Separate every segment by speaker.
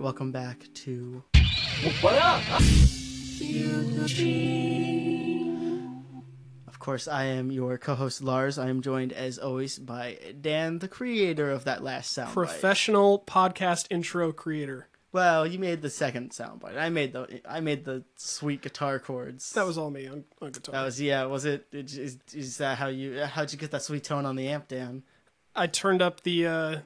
Speaker 1: welcome back to
Speaker 2: What up?
Speaker 1: Of course, I am your co-host Lars. I am joined, as always, by Dan, the creator of that last sound.
Speaker 3: Professional podcast intro creator.
Speaker 1: Well, you made the second soundbite. I made the I made the sweet guitar chords.
Speaker 3: That was all me on, on
Speaker 1: that
Speaker 3: guitar.
Speaker 1: was yeah. Was it is, is- is that how you how'd you get that sweet tone on the amp, Dan?
Speaker 3: I turned up the uh,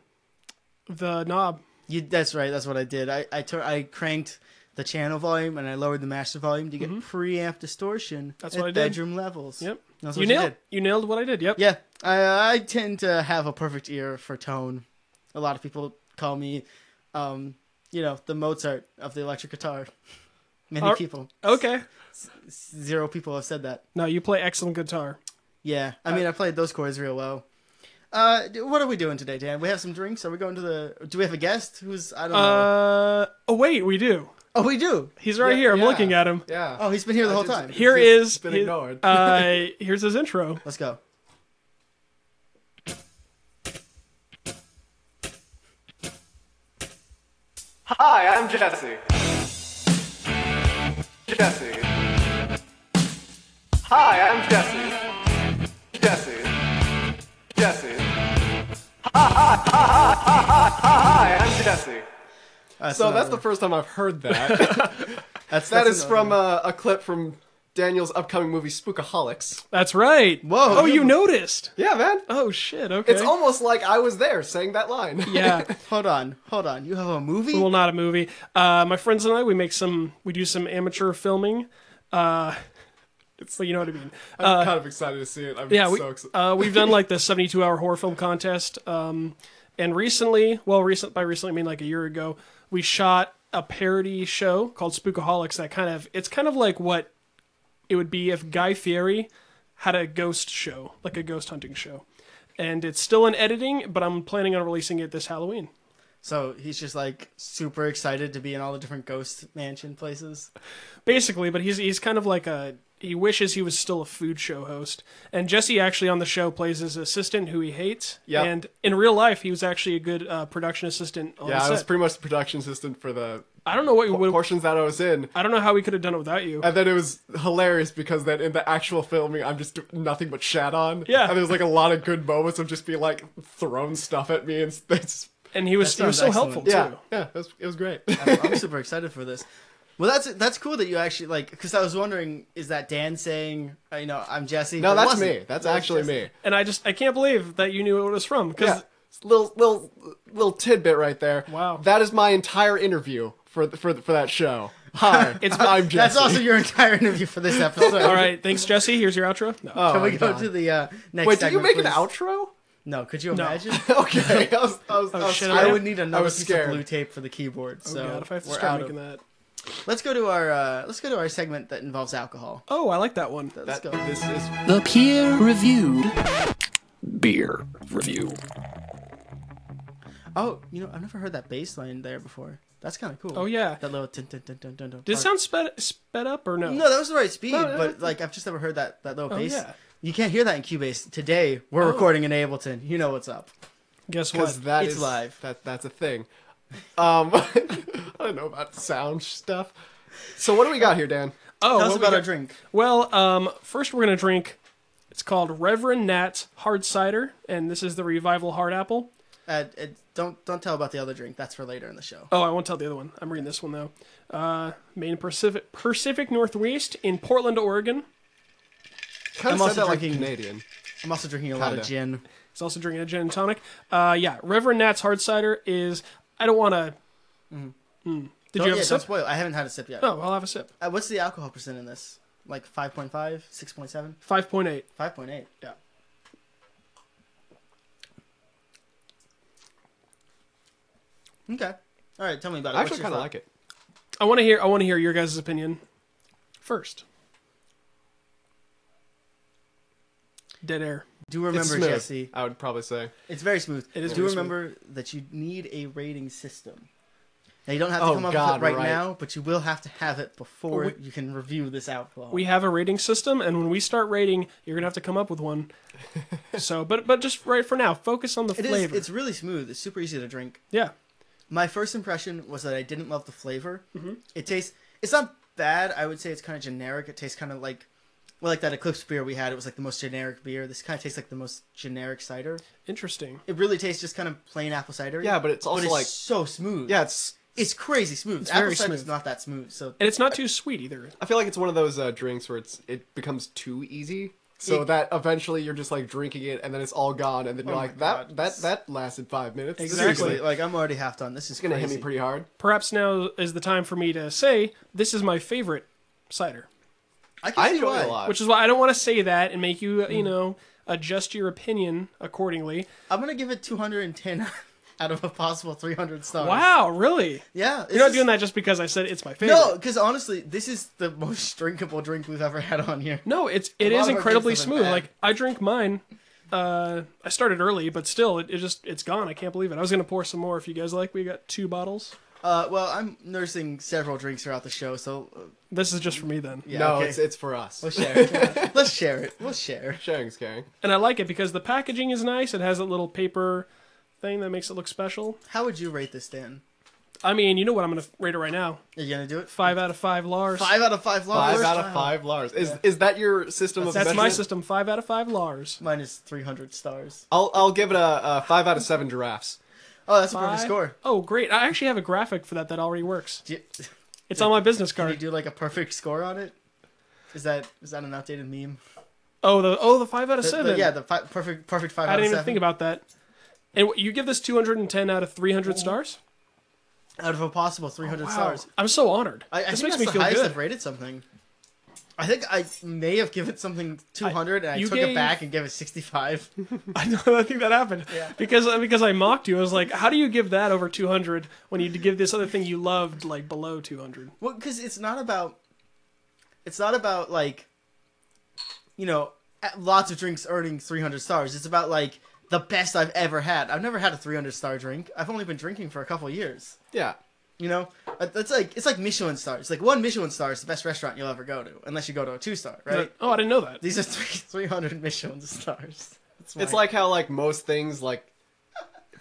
Speaker 3: the knob.
Speaker 1: You that's right. That's what I did. I I, tur- I cranked the channel volume and I lowered the master volume to get preamp distortion
Speaker 3: Mm-hmm. That's
Speaker 1: at
Speaker 3: what I did.
Speaker 1: bedroom levels.
Speaker 3: Yep.
Speaker 1: That's
Speaker 3: you
Speaker 1: what
Speaker 3: nailed
Speaker 1: did.
Speaker 3: you nailed what I did. Yep.
Speaker 1: Yeah, I I tend to have a perfect ear for tone. A lot of people call me, um, you know, the Mozart of the electric guitar. Many
Speaker 3: Are-
Speaker 1: people,
Speaker 3: Okay.
Speaker 1: zero people have said that.
Speaker 3: No, you play excellent guitar.
Speaker 1: Yeah,
Speaker 3: Uh,
Speaker 1: I mean, I played those chords real well. Uh, d- what are we doing today, Dan? We have some drinks. Are we going to the? Do we have a guest? Who's I don't know.
Speaker 3: Uh oh wait, we do.
Speaker 1: oh, we do.
Speaker 3: He's right here. I'm looking at him.
Speaker 2: Yeah.
Speaker 1: Oh, he's been here the
Speaker 2: I
Speaker 1: whole
Speaker 2: just-
Speaker 1: time.
Speaker 3: Here
Speaker 2: It's just
Speaker 3: is
Speaker 2: been
Speaker 3: his-
Speaker 2: ignored.
Speaker 3: uh, here's his intro.
Speaker 1: Let's go.
Speaker 2: Hi, I'm Jesse. Jesse. Hi, I'm Jesse. Jesse. Jesse. Hi, hi, hi, hi, hi, hi, hi, I'm Jesse. So that's the first time I've heard that.
Speaker 1: that's,
Speaker 2: that
Speaker 1: that's
Speaker 2: is
Speaker 1: another
Speaker 2: from
Speaker 1: one.
Speaker 2: uh, a clip from Daniel's upcoming movie Spookaholics.
Speaker 3: That's right.
Speaker 1: Whoa.
Speaker 3: Oh, you noticed.
Speaker 2: Yeah, man.
Speaker 3: Oh shit. Okay.
Speaker 2: It's almost like I was there saying that line.
Speaker 3: yeah.
Speaker 1: hold on, hold on. You have a movie?
Speaker 3: Well, not a movie. Uh, my friends and I, we make some, we do some amateur filming. Uh, it's like, you know what I mean.
Speaker 2: I'm kind of excited to see it. I'm
Speaker 3: Yeah, we,
Speaker 2: so excited.
Speaker 3: uh, we've done like the 72 hour horror film contest. Um, and recently, well, recent by recently, I mean like a year ago, we shot a parody show called Spookaholics that kind of, it's kind of like what it would be if Guy Fieri had a ghost show, like a ghost hunting show. And it's still in editing, but I'm planning on releasing it this Halloween.
Speaker 1: So he's just like super excited to be in all the different ghost mansion places.
Speaker 3: basically but he's he's kind of like a he wishes he was still a food show host and jesse actually on the show plays his assistant who he hates
Speaker 2: Yeah.
Speaker 3: and in real life he was actually a good uh, production assistant on
Speaker 2: yeah, I
Speaker 3: set.
Speaker 2: was pretty much the production assistant for the
Speaker 3: I don't know what you would
Speaker 2: portions that I was in.
Speaker 3: i don't know how we could have done it without you
Speaker 2: And then it was hilarious because then in the actual filming, I'm just nothing but shat on.
Speaker 3: Yeah.
Speaker 2: And there's like a lot of good moments of just being like thrown stuff at me and things.
Speaker 3: and he was
Speaker 1: That
Speaker 3: he was so
Speaker 1: sounds
Speaker 3: helpful
Speaker 1: excellent.
Speaker 2: Yeah.
Speaker 3: too
Speaker 2: Yeah. It was, it was great.
Speaker 1: I'm super excited for this. Well, that's that's cool that you actually like because I was wondering is that Dan saying uh, you know I'm Jesse?
Speaker 2: no,
Speaker 1: But it
Speaker 2: that's
Speaker 1: wasn't.
Speaker 2: me. That's
Speaker 1: That was
Speaker 2: actually
Speaker 1: Jesse.
Speaker 2: me.
Speaker 3: and i just i can't believe that you knew what it was from because
Speaker 2: Yeah. Little, little, little tidbit right there.
Speaker 3: Wow.
Speaker 2: That is my entire interview for, th- for, th- for that show. Hi. it's, I'm Jesse.
Speaker 1: That's also your entire interview for this episode.
Speaker 3: all right thanks jesse here's your outro no
Speaker 2: Oh,
Speaker 1: Can we
Speaker 2: my
Speaker 1: go
Speaker 2: God.
Speaker 1: to the uh, next?
Speaker 2: Wait, did you
Speaker 1: segment,
Speaker 2: make an
Speaker 1: please?
Speaker 2: outro?
Speaker 1: No, could you imagine?
Speaker 2: okay. I was, I was, I was
Speaker 3: shit,
Speaker 2: scared.
Speaker 1: I would need another
Speaker 2: was
Speaker 1: piece
Speaker 2: scared.
Speaker 1: of blue tape for the keyboard.
Speaker 3: Oh,
Speaker 1: So
Speaker 3: God, if i have to
Speaker 1: we're
Speaker 3: start
Speaker 1: out
Speaker 3: making
Speaker 1: of-
Speaker 3: that
Speaker 1: Let's go to our uh, let's go to our segment that involves alcohol.
Speaker 3: oh i like that one
Speaker 1: Let's
Speaker 2: That,
Speaker 1: go.
Speaker 2: this is
Speaker 4: The peer reviewed beer review.
Speaker 1: Oh, you know I've never heard that bass line there before. That's kind of cool.
Speaker 3: oh yeah
Speaker 1: That little dun dun dun dun dun dun.
Speaker 3: did it
Speaker 1: part.
Speaker 3: sound sped, sped up or no
Speaker 1: No, that was the right speed,
Speaker 2: No, no,
Speaker 1: but like I've just never heard that that little
Speaker 3: Oh,
Speaker 1: bass.
Speaker 3: yeah.
Speaker 1: You can't hear that in Cubase. Today we're recording in Ableton. You know what's up.
Speaker 3: guess what
Speaker 2: because that
Speaker 1: It's
Speaker 2: is-
Speaker 1: live.
Speaker 2: That that's a thing. Um, I don't know about sound stuff. So what do we got here, Dan?
Speaker 3: oh
Speaker 1: Tell
Speaker 3: what
Speaker 1: us
Speaker 3: we
Speaker 1: about our
Speaker 3: got-
Speaker 1: drink.
Speaker 3: Well, um, first we're gonna drink. It's called Reverend Nat's Hard Cider, and this is the Revival Hard Apple.
Speaker 1: Uh, uh, don't don't tell about the other drink. That's for later in the show.
Speaker 3: Oh, I won't tell the other one. I'm reading this one though. Uh, Maine Pacific Pacific Northwest in Portland, Oregon.
Speaker 2: Kind
Speaker 1: I'm
Speaker 2: of
Speaker 1: also
Speaker 2: said that like
Speaker 1: drinking-
Speaker 2: Canadian.
Speaker 1: I'm also drinking a lot of
Speaker 2: Kinda.
Speaker 1: gin.
Speaker 3: He's also drinking a gin and tonic. Uh, yeah, Reverend Nat's Hard Cider is. I don't want to. Did
Speaker 1: Don't,
Speaker 3: you have
Speaker 1: yeah,
Speaker 3: a
Speaker 1: don't
Speaker 3: sip?
Speaker 1: spoil. I haven't had a sip yet.
Speaker 3: Oh, I'll have a sip.
Speaker 1: Uh, what's the alcohol percent in this? Like 5.5, 6.7,
Speaker 3: Five point eight.
Speaker 1: 5.8. Yeah. Okay. All right. Tell me about it.
Speaker 2: I
Speaker 1: What's
Speaker 2: actually
Speaker 1: your
Speaker 2: kind of
Speaker 1: thought?
Speaker 2: like it.
Speaker 3: I want to hear. I want to hear your guys' opinion first. Dead air.
Speaker 1: Do
Speaker 2: It's
Speaker 1: remember,
Speaker 2: smooth,
Speaker 1: Jesse.
Speaker 2: I would probably say.
Speaker 1: It's very smooth.
Speaker 3: It is
Speaker 1: Do
Speaker 3: very
Speaker 1: remember that you need a rating system. Now you don't have to
Speaker 2: Oh,
Speaker 1: come up
Speaker 2: God,
Speaker 1: with it right,
Speaker 2: right.
Speaker 1: now, but you will have to have it before
Speaker 3: We-
Speaker 1: you can review this alcohol.
Speaker 3: we have a rating system and when we start rating you're gonna have to come up with one so but but just right for now focus on the
Speaker 1: it is.
Speaker 3: flavor
Speaker 1: It's really smooth. It's super easy to drink.
Speaker 3: yeah
Speaker 1: My first impression was that I didn't love the flavor.
Speaker 2: Mm-hmm.
Speaker 1: It tastes. It's not bad. I would say it's kind of generic. It tastes kind of like, well, like that Eclipse beer we had. It was like the most generic beer. This kind of tastes like the most generic cider.
Speaker 3: Interesting.
Speaker 1: It really tastes just kind of plain apple cider.
Speaker 2: Yeah, but it's also like
Speaker 1: so smooth.
Speaker 2: yeah, it's.
Speaker 1: it's crazy smooth.
Speaker 3: It's
Speaker 1: apple
Speaker 3: very
Speaker 1: cider's
Speaker 3: smooth.
Speaker 1: not that smooth. So
Speaker 3: And it's not too sweet either.
Speaker 2: I feel like it's one of those uh, drinks where it's it becomes too easy, so
Speaker 1: It-
Speaker 2: that eventually you're just like drinking it and then it's all gone, and then you're
Speaker 1: Oh my
Speaker 2: like that
Speaker 1: God.
Speaker 2: that that lasted five minutes.
Speaker 3: Exactly.
Speaker 1: seriously, like I'm already half done. This is
Speaker 2: It's gonna hit
Speaker 1: crazy.
Speaker 2: me pretty hard.
Speaker 3: Perhaps now is the time for me to say this is my favorite cider.
Speaker 1: I can
Speaker 2: I
Speaker 1: see
Speaker 2: enjoy
Speaker 1: why.
Speaker 2: it a lot.
Speaker 3: Which is why I don't want to say that and make you, uh,
Speaker 1: Mm.
Speaker 3: you know, adjust your opinion accordingly.
Speaker 1: I'm gonna give it 210 out of a possible 300 stars.
Speaker 3: Wow, really?
Speaker 1: Yeah,
Speaker 3: You're not doing that just because I said it's my favorite.
Speaker 1: No, because honestly, this is the most drinkable drink we've ever had on here.
Speaker 3: No, it's it
Speaker 1: A lot
Speaker 3: is
Speaker 1: of our
Speaker 3: incredibly
Speaker 1: drinks have been
Speaker 3: smooth.
Speaker 1: bad.
Speaker 3: Like I drink mine. Uh, I started early, but still, it, it just it's gone. I can't believe it. I was gonna pour some more if you guys like. We got two bottles.
Speaker 1: Uh, well, I'm nursing several drinks throughout the show, so uh,
Speaker 3: This is just for me then,
Speaker 1: yeah,
Speaker 2: no,
Speaker 1: okay.
Speaker 2: it's it's for us.
Speaker 1: We'll share it. Let's share it. We'll share.
Speaker 2: Sharing's caring.
Speaker 3: and I like it because the packaging is nice. It has a little paper thing that makes it look special.
Speaker 1: How would you rate this, Dan?
Speaker 3: I mean, you know what? I'm gonna rate it right now.
Speaker 1: Are you gonna do it?
Speaker 3: Five out of five Lars.
Speaker 1: Five out of five. Lars.
Speaker 2: Five out of five Lars. Is is that your system of
Speaker 3: That's my
Speaker 2: measurement?
Speaker 3: system. Five out of five Lars.
Speaker 1: Minus 300 stars.
Speaker 2: I'll I'll give it a, a five out of seven giraffes.
Speaker 1: Oh, that's a
Speaker 3: Five.
Speaker 1: perfect score.
Speaker 3: Oh, great! I actually have a graphic for that that already works.
Speaker 1: Do you,
Speaker 3: It's on my business
Speaker 1: can you
Speaker 3: card.
Speaker 1: do like a perfect score on it? Is that is that an outdated meme?
Speaker 3: Oh, the oh the five out of
Speaker 1: The- the-
Speaker 3: seven.
Speaker 1: yeah, the fi- perfect perfect five
Speaker 3: I
Speaker 1: out of
Speaker 3: didn't even
Speaker 1: seven.
Speaker 3: think about that. And what- you give this 210 out of 300 stars?
Speaker 1: out of a possible 300 stars.
Speaker 3: I'm so honored.
Speaker 1: I, I
Speaker 3: Oh, this
Speaker 1: think
Speaker 3: makes
Speaker 1: that's
Speaker 3: me
Speaker 1: the
Speaker 3: feel
Speaker 1: highest
Speaker 3: good.
Speaker 1: I've rated something. I think I may have given something 200 and I
Speaker 3: you
Speaker 1: took
Speaker 3: gave-
Speaker 1: it back and gave it 65.
Speaker 3: I know. I think that happened because because I mocked you. I was like, "How do you give that over 200 when you give this other thing you loved like below 200?"
Speaker 1: Well, because it's not about, it's not about like, you know, at- lots of drinks earning 300 stars. It's about like the best I've ever had. I've never had a 300 star drink. I've only been drinking for a couple years.
Speaker 2: Yeah.
Speaker 1: You know, That- that's like it's like Michelin stars. Like one Michelin star is the best restaurant you'll ever go to, unless you go to a two star, right?
Speaker 3: But- oh, I didn't know that.
Speaker 1: These are three 300 Michelin stars. That's
Speaker 2: It's
Speaker 1: my-
Speaker 2: like how like most things like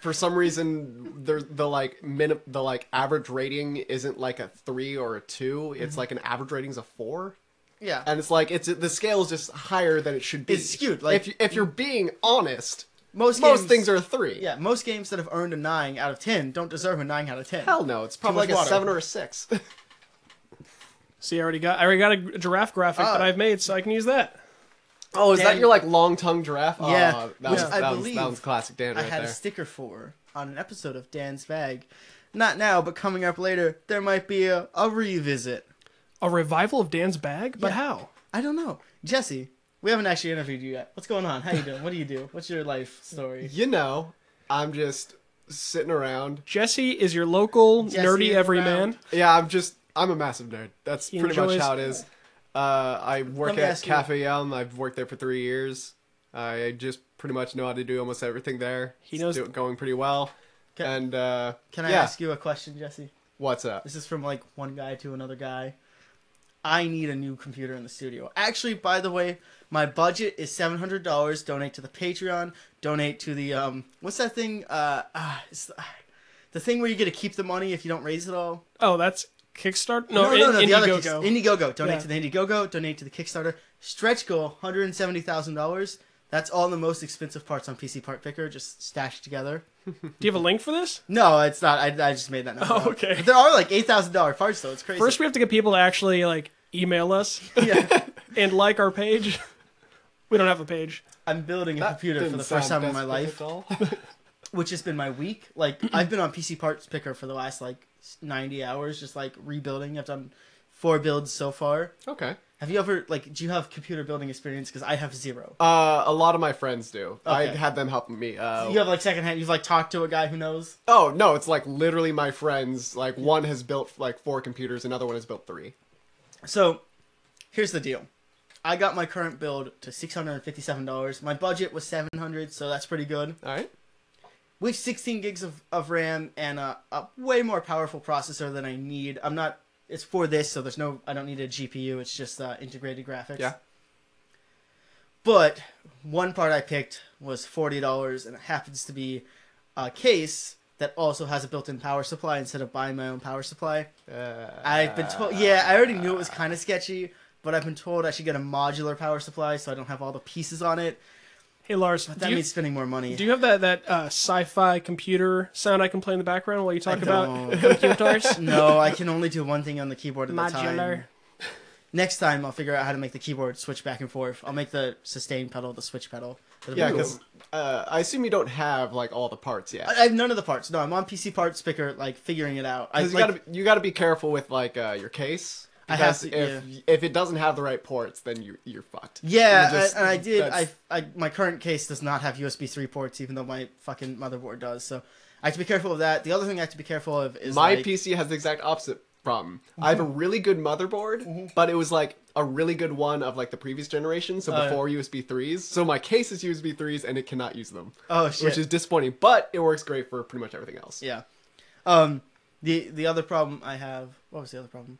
Speaker 2: for some reason the the like min the like average rating isn't like a three or a two.
Speaker 1: Mm-hmm.
Speaker 2: It's like an average rating's a four,
Speaker 1: yeah.
Speaker 2: and it's like it's the scale is just higher than it should be.
Speaker 1: It's skewed, like-
Speaker 2: if you, if you're being honest,
Speaker 1: most
Speaker 2: most
Speaker 1: games-
Speaker 2: things are a three.
Speaker 1: Yeah, most games that have earned a nine out of ten don't deserve a nine out of ten.
Speaker 2: Hell no, it's probably
Speaker 1: much
Speaker 2: like a
Speaker 1: water.
Speaker 2: seven or a six.
Speaker 3: See, I already got I already got a giraffe graphic
Speaker 1: Oh.
Speaker 3: that I've made, so I can use that.
Speaker 2: oh, is that
Speaker 1: Dan-
Speaker 2: your like long tongue giraffe?
Speaker 1: Yeah,
Speaker 2: Aw,
Speaker 1: which
Speaker 2: that, was,
Speaker 1: I
Speaker 2: that, was, that
Speaker 1: believe
Speaker 2: was classic Dan
Speaker 1: I
Speaker 2: right
Speaker 1: had
Speaker 2: there.
Speaker 1: a sticker for on an episode of Dan's Bag. Not now, but coming up later, there might be a, a revisit.
Speaker 3: A revival of Dan's bag, but
Speaker 1: Yeah.
Speaker 3: how?
Speaker 1: I don't know, Jesse. We haven't actually interviewed you yet. What's going on? How you doing? What do you do? What's your life story?
Speaker 2: you know, I'm just sitting around.
Speaker 3: Jesse is your local
Speaker 1: Jesse
Speaker 3: nerdy
Speaker 1: is
Speaker 3: everyman.
Speaker 1: found.
Speaker 2: Yeah, I'm just I'm a massive nerd. That's
Speaker 3: He
Speaker 2: pretty much
Speaker 3: enjoys-
Speaker 2: how it is. Uh, I work
Speaker 1: Let me
Speaker 2: at
Speaker 1: ask you-
Speaker 2: Cafe Elm. I've worked there for three years. I just pretty much know how to do almost everything there.
Speaker 3: He knows-
Speaker 2: it's do- going pretty well.
Speaker 1: Can-
Speaker 2: and uh,
Speaker 1: Can I
Speaker 2: yeah.
Speaker 1: ask you a question, Jesse?
Speaker 2: what's up?
Speaker 1: This is from like one guy to another guy. I need a new computer in the studio. Actually, by the way, my budget is seven hundred dollars. Donate to the Patreon. Donate to the um, what's that thing? Uh, uh it's the, the thing where you get to keep the money if you don't raise it all.
Speaker 3: Oh, that's Kickstarter. No, In-
Speaker 1: the other
Speaker 3: Indiegogo.
Speaker 1: Kicks- Indiegogo. Donate
Speaker 3: Yeah.
Speaker 1: to the Indiegogo. Donate to the Kickstarter. Stretch goal: one hundred and seventy thousand dollars. That's all the most expensive parts on PC Part Picker, just stashed together.
Speaker 3: Do you have a link for this?
Speaker 1: No, it's not. I, I just made that number.
Speaker 3: Oh,
Speaker 1: up.
Speaker 3: okay.
Speaker 1: But there are like eight thousand dollar parts though. It's crazy.
Speaker 3: First, we have to get people to actually like email us
Speaker 1: yeah.
Speaker 3: and like our page. we don't have a page.
Speaker 1: I'm building a computer for
Speaker 2: Didn't
Speaker 1: the first
Speaker 2: sound
Speaker 1: time in my life,
Speaker 2: desperate at all.
Speaker 1: which has been my week. Like I've been on PC Parts Picker for the last like 90 hours, just like rebuilding. I've done four builds so far.
Speaker 2: okay.
Speaker 1: Have you ever like? Do you have computer building experience? Because I have zero.
Speaker 2: Uh, a lot of my friends do. I
Speaker 1: Okay.
Speaker 2: had them helping me. Uh,
Speaker 1: You have like secondhand. You've like talked to a guy who knows.
Speaker 2: Oh no, it's like literally my friends. Like one has built like four computers, another one has built three.
Speaker 1: So, here's the deal. I got my current build to six hundred and fifty-seven dollars. My budget was seven hundred, so that's pretty good.
Speaker 2: All right.
Speaker 1: with 16 gigs of, of RAM and a, a way more powerful processor than I need. I'm not. It's for this, so there's no. I don't need a GPU. It's just uh, integrated graphics.
Speaker 2: Yeah.
Speaker 1: But one part I picked was forty dollars, and it happens to be a case that also has a built-in power supply instead of buying my own power supply. I've been told. Yeah, I already knew it was kind of sketchy, but I've been told I should get a modular power supply so I don't have all the pieces on it.
Speaker 3: Hey Lars,
Speaker 1: That
Speaker 3: do, you,
Speaker 1: means spending more money.
Speaker 3: do you have that that uh, sci-fi computer sound I can play in the background while you talk about
Speaker 1: don't.
Speaker 3: computers?
Speaker 1: no, I can only do one thing on the keyboard at a time.
Speaker 3: Modular.
Speaker 1: Next time, I'll figure out how to make the keyboard switch back and forth. I'll make the sustain pedal the switch pedal. That'll be
Speaker 2: Yeah,
Speaker 1: cool.
Speaker 2: because uh, I assume you don't have like all the parts yet.
Speaker 1: I I have none of the parts. No, I'm on PC Parts Picker, like figuring it out. I,
Speaker 2: Because you
Speaker 1: like-
Speaker 2: gotta be- you gotta be careful with like uh, your case.
Speaker 1: I have
Speaker 2: because
Speaker 1: to-
Speaker 2: if if it doesn't have the right ports, then you you're fucked.
Speaker 1: Yeah,
Speaker 2: You just-
Speaker 1: and I did. I,
Speaker 2: that's-
Speaker 1: I my current case does not have USB three ports, even though my fucking motherboard does. So I have to be careful of that. The other thing I have to be careful of is
Speaker 2: my
Speaker 1: like, Mm-hmm.
Speaker 2: PC has the exact opposite problem. I have a really good motherboard, but it was like a really good one of like the previous generation, so
Speaker 1: Oh, yeah.
Speaker 2: before USB threes. So my case is USB threes, and it cannot use them,
Speaker 1: Oh shit!
Speaker 2: which is disappointing. But it works great for pretty much everything else.
Speaker 1: yeah. Um, the the other problem I have. What was the other problem?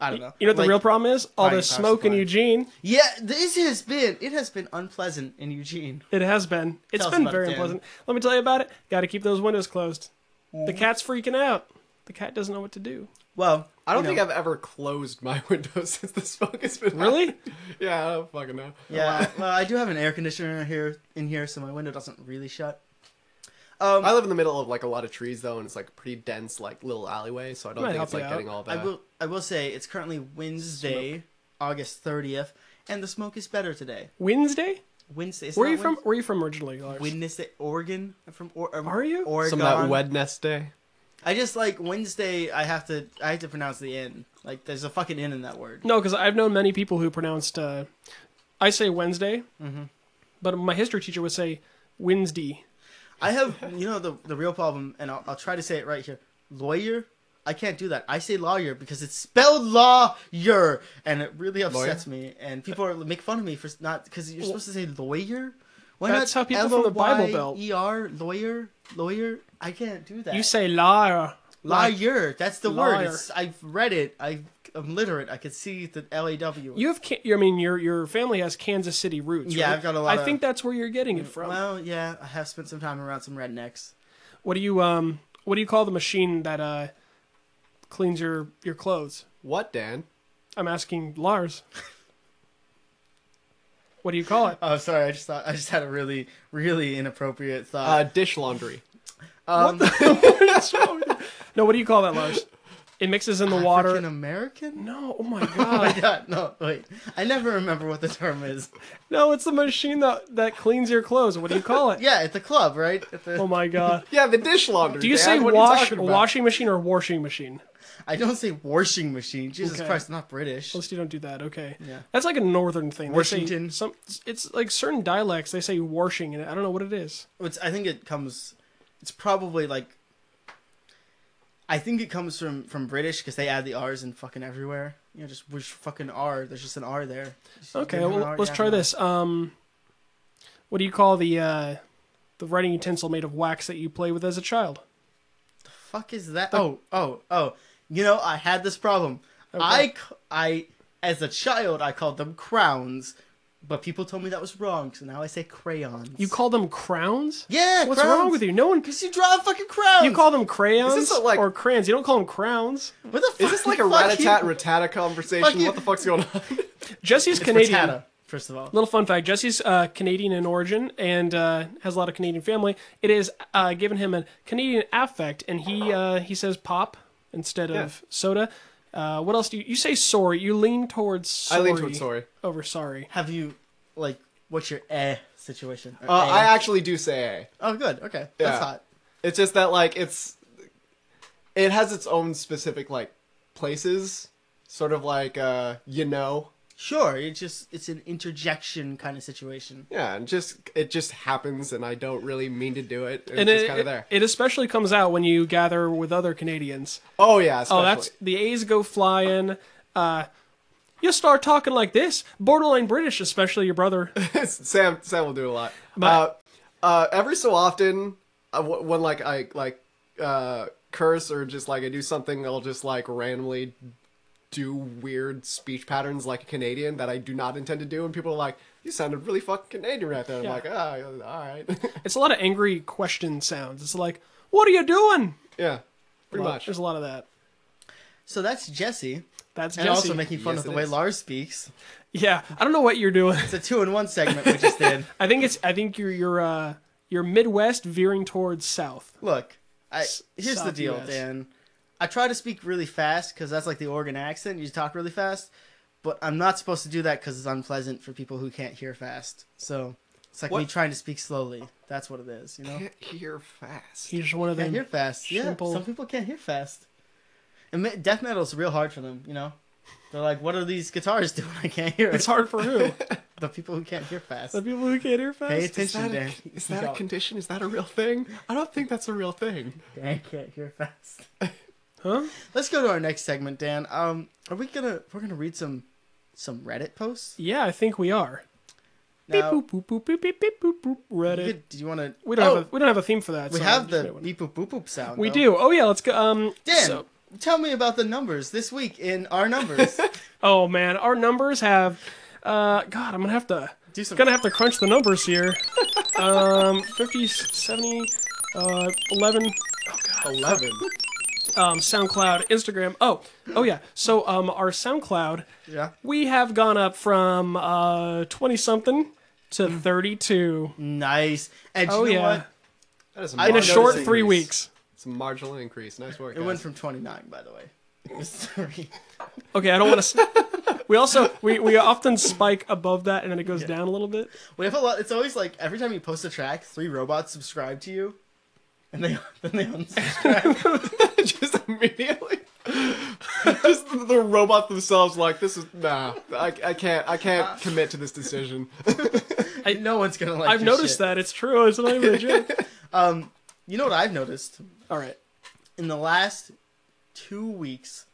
Speaker 1: I don't know.
Speaker 3: You know what the
Speaker 1: Like-
Speaker 3: real problem is? All
Speaker 1: buying
Speaker 3: this
Speaker 1: power
Speaker 3: smoke in
Speaker 1: supply.
Speaker 3: Eugene.
Speaker 1: Yeah, this has been. It has been unpleasant in Eugene.
Speaker 3: It has been. It's
Speaker 1: Tell us
Speaker 3: been
Speaker 1: about
Speaker 3: very
Speaker 1: it, Dan.
Speaker 3: unpleasant. Let me tell you about it. Got to keep those windows closed. The
Speaker 1: Mm.
Speaker 3: cat's freaking out. The cat doesn't know what to do.
Speaker 1: Well,
Speaker 2: I
Speaker 1: you
Speaker 2: don't
Speaker 1: know,
Speaker 2: think I've ever closed my windows since the smoke has been.
Speaker 3: Really?
Speaker 2: yeah, I don't fucking know.
Speaker 1: Yeah. well, I do have an air conditioner here in here, so my window doesn't really shut.
Speaker 2: I live in the middle of like a lot of trees though, and it's like a pretty dense like little alleyway, so I don't
Speaker 3: Might
Speaker 2: think
Speaker 3: help
Speaker 2: it's like
Speaker 3: you out.
Speaker 2: getting all that.
Speaker 1: I will. I will say it's currently Wednesday, August thirtieth, and the smoke is better today.
Speaker 3: Wednesday?
Speaker 1: Wednesday. It's
Speaker 3: Where are
Speaker 1: not
Speaker 3: you from?
Speaker 1: Wednesday.
Speaker 3: Where are you from originally, Lars?
Speaker 1: Wednesday, Oregon. I'm from or- um,
Speaker 3: Are you?
Speaker 1: Oregon?
Speaker 2: Some of that Wednesday.
Speaker 1: I just like Wednesday. I have to. I have to pronounce the N. Like there's a fucking N in that word.
Speaker 3: No, because I've known many people who pronounced. Uh, I say Wednesday,
Speaker 1: Mm-hmm.
Speaker 3: but my history teacher would say Wednesday.
Speaker 1: I have. You know the the real problem, and I'll, I'll try to say it right here. Lawyer. I can't do that. I say lawyer because it's spelled lawyer, and it really upsets me. And people are, make fun of me for not because you're supposed to say lawyer. Why
Speaker 3: That's
Speaker 1: not
Speaker 3: how people from the Bible Belt-
Speaker 1: L-O-Y-E-R, E lawyer, lawyer. I can't do that.
Speaker 3: You say liar.
Speaker 1: Liar. That's the
Speaker 3: Liar.
Speaker 1: word. It's, I've read it. I, I'm literate. I could see the L A W.
Speaker 3: You have. Can- I mean, your your family has Kansas City roots.
Speaker 1: Yeah,
Speaker 3: right?
Speaker 1: I've got a lot
Speaker 3: I
Speaker 1: of-
Speaker 3: think that's where you're getting it from.
Speaker 1: Well, yeah, I have spent some time around some rednecks.
Speaker 3: What do you um? What do you call the machine that uh cleans your your clothes?
Speaker 2: What, Dan?
Speaker 3: I'm asking Lars. what do you call it?
Speaker 1: Oh, sorry. I just thought I just had a really, really inappropriate
Speaker 2: Uh,
Speaker 1: thought. Um,
Speaker 2: dish laundry.
Speaker 3: Uh, No, what do you call that, Lars? It mixes in the
Speaker 1: African
Speaker 3: water.
Speaker 1: American?
Speaker 3: No, oh my
Speaker 1: Oh
Speaker 3: god.
Speaker 1: my god, no, wait. I never remember what the term is.
Speaker 3: No, it's the machine that that cleans your clothes. What do you call it?
Speaker 1: Yeah, at the club, right? At the,
Speaker 3: Oh my god.
Speaker 2: Yeah, the dish laundry.
Speaker 3: Do you
Speaker 2: Dan,
Speaker 3: say
Speaker 2: what Are you
Speaker 3: wash
Speaker 2: talking about?
Speaker 3: washing machine or washing machine?
Speaker 1: I don't say washing machine. Jesus
Speaker 3: Okay.
Speaker 1: Christ, I'm not British.
Speaker 3: At least you don't do that. Okay.
Speaker 1: Yeah.
Speaker 3: That's like a northern thing. They say
Speaker 1: Washington.
Speaker 3: Some it's like certain dialects they say washing and I don't know what it is.
Speaker 1: It's, I think it comes. It's probably like. I think it comes from from British because they add the R's in fucking everywhere. You know, just which fucking R. There's just an R there. Just
Speaker 3: Okay,
Speaker 1: give it an
Speaker 3: well,
Speaker 1: R,
Speaker 3: let's
Speaker 1: yeah,
Speaker 3: try
Speaker 1: no.
Speaker 3: this. Um, what do you call the uh, the writing utensil made of wax that you play with as a child?
Speaker 1: Fuck is that? Oh, oh, oh. You know, I had this problem. I c- I as a child I called them crowns, but people told me that was wrong. So now I say crayons.
Speaker 3: You call them crowns?
Speaker 1: yeah.
Speaker 3: What's wrong with you? No one.
Speaker 1: Because you draw a fucking crowns.
Speaker 3: You call them crayons
Speaker 2: Is this a, like-
Speaker 3: or crayons? You don't call them crowns.
Speaker 1: What the fuck?
Speaker 2: Is this like a
Speaker 1: fuck
Speaker 2: rat a
Speaker 1: you-
Speaker 2: tat ratata
Speaker 1: Fuck
Speaker 2: conversation?
Speaker 1: you.
Speaker 2: What the fuck's going on?
Speaker 3: Jesse's
Speaker 1: It's
Speaker 3: Canadian.
Speaker 1: frittata, First of all.
Speaker 3: Little fun fact: Jesse's uh, Canadian in origin and uh, has a lot of Canadian family. It is uh, given him a Canadian affect, and he uh, he says pop instead of soda. Uh, what else do you you say? Sorry, you lean towards
Speaker 2: I
Speaker 3: sorry
Speaker 2: lean towards sorry.
Speaker 3: over sorry.
Speaker 1: Have you like what's your eh situation? Or
Speaker 2: Uh,
Speaker 1: eh?
Speaker 2: I actually do say A.
Speaker 1: oh, good. Okay,
Speaker 2: Yeah.
Speaker 1: that's hot.
Speaker 2: It's just that like it's it has its own specific like places, sort of like uh you know.
Speaker 1: Sure. It's just it's an interjection kind of situation.
Speaker 2: Yeah, and just it just happens, and I don't really mean to do it. And,
Speaker 3: and
Speaker 2: it's
Speaker 3: it,
Speaker 2: just kind of there.
Speaker 3: It, it especially comes out when you gather with other Canadians.
Speaker 2: oh yeah, especially.
Speaker 3: Oh, that's the A's go flying. Uh, you start talking like this, borderline British, especially your brother.
Speaker 2: Sam Sam will do a lot.
Speaker 3: But-
Speaker 2: uh, uh, every so often, uh, wh- when like I like uh, curse or just like I do something, I'll just like randomly do weird speech patterns like a Canadian that I do not intend to do, and people are like, "You sounded really fucking Canadian right there." I'm
Speaker 3: Yeah.
Speaker 2: like, "Ah, all right,
Speaker 3: It's a lot of angry question sounds. It's like, "What are you doing?"
Speaker 2: yeah, pretty
Speaker 3: Well,
Speaker 2: much."
Speaker 3: There's a lot of that.
Speaker 1: So that's Jesse.
Speaker 3: That's
Speaker 1: And
Speaker 3: Jesse.
Speaker 1: also making fun
Speaker 2: Yes,
Speaker 1: of the
Speaker 2: it
Speaker 1: way
Speaker 2: is.
Speaker 1: Lars speaks.
Speaker 3: yeah, I don't know what you're doing.
Speaker 1: It's a two in one segment we just did.
Speaker 3: I think it's. I think you're you're uh, you're Midwest veering towards South.
Speaker 1: Look, I, here's the
Speaker 3: South
Speaker 1: deal,
Speaker 3: US.
Speaker 1: Dan. I try to speak really fast because that's like the Oregon accent. You talk really fast, but I'm not supposed to do that because it's unpleasant for people who can't hear fast. So it's like me
Speaker 2: What?
Speaker 1: trying to speak slowly. That's what it is, you know.
Speaker 2: Can't hear fast.
Speaker 3: He's just one of
Speaker 1: Can't
Speaker 3: them.
Speaker 1: hear fast. Yeah,
Speaker 3: simple-
Speaker 1: some people can't hear fast. And me- death metal's real hard for them, you know. They're like, "What are these guitars doing? I can't hear."
Speaker 3: It's
Speaker 1: It.
Speaker 3: hard for who?
Speaker 1: The people who can't hear fast.
Speaker 3: the people who can't hear fast.
Speaker 1: Pay
Speaker 2: Is
Speaker 1: attention,
Speaker 2: that,
Speaker 1: Dan.
Speaker 2: a, is that a
Speaker 1: No,
Speaker 2: condition? Is that a real thing? I don't think that's a real thing.
Speaker 1: Dan can't hear fast.
Speaker 3: Huh?
Speaker 1: Let's go to our next segment, Dan. Um, are we gonna we're gonna read some some Reddit posts?
Speaker 3: Yeah, I think we are. Beep
Speaker 1: Now,
Speaker 3: boop boop boop beep beep beep boop boop.
Speaker 1: you
Speaker 3: Reddit.
Speaker 1: could- do you want to?
Speaker 3: We don't have a we don't have a theme for that.
Speaker 1: we
Speaker 3: so
Speaker 1: have
Speaker 3: we just
Speaker 1: the
Speaker 3: made one.
Speaker 1: beep boop boop boop sound.
Speaker 3: We
Speaker 1: though.
Speaker 3: do. Oh yeah, let's go. Um,
Speaker 1: Dan,
Speaker 3: so-
Speaker 1: tell me about the numbers this week in our numbers.
Speaker 3: oh man, our numbers have. Uh, God, I'm gonna have to
Speaker 1: do some.
Speaker 3: gonna have to crunch the numbers here. Um, 50, 70, uh, 11.
Speaker 2: Eleven.
Speaker 3: Um, SoundCloud, Instagram. Oh, oh yeah. So um, our SoundCloud,
Speaker 1: Yeah.
Speaker 3: we have gone up from uh 20 something to 32
Speaker 1: Nice. And you
Speaker 3: Oh,
Speaker 1: Mm. know
Speaker 3: yeah.
Speaker 1: what?
Speaker 2: That is
Speaker 1: In
Speaker 3: in a
Speaker 1: Marginal
Speaker 3: short
Speaker 1: increase.
Speaker 3: three weeks.
Speaker 2: It's a marginal increase. Nice work.
Speaker 1: It went from twenty nine, by the way. It was three.
Speaker 3: Okay, I don't want to. we also we we often spike above that and then it goes down a little bit.
Speaker 1: We have a lot. It's always like every time you post a track, three robots subscribe to you, and they then they unsubscribe.
Speaker 2: just immediately. just the, the robots themselves, like this is nah. I, I can't. I can't commit to this decision.
Speaker 1: no one's gonna like.
Speaker 3: I've
Speaker 1: your
Speaker 3: noticed
Speaker 1: shit.
Speaker 3: that it's true. It's not even a joke.
Speaker 1: You know what I've noticed?
Speaker 3: All right.
Speaker 1: in the last two weeks,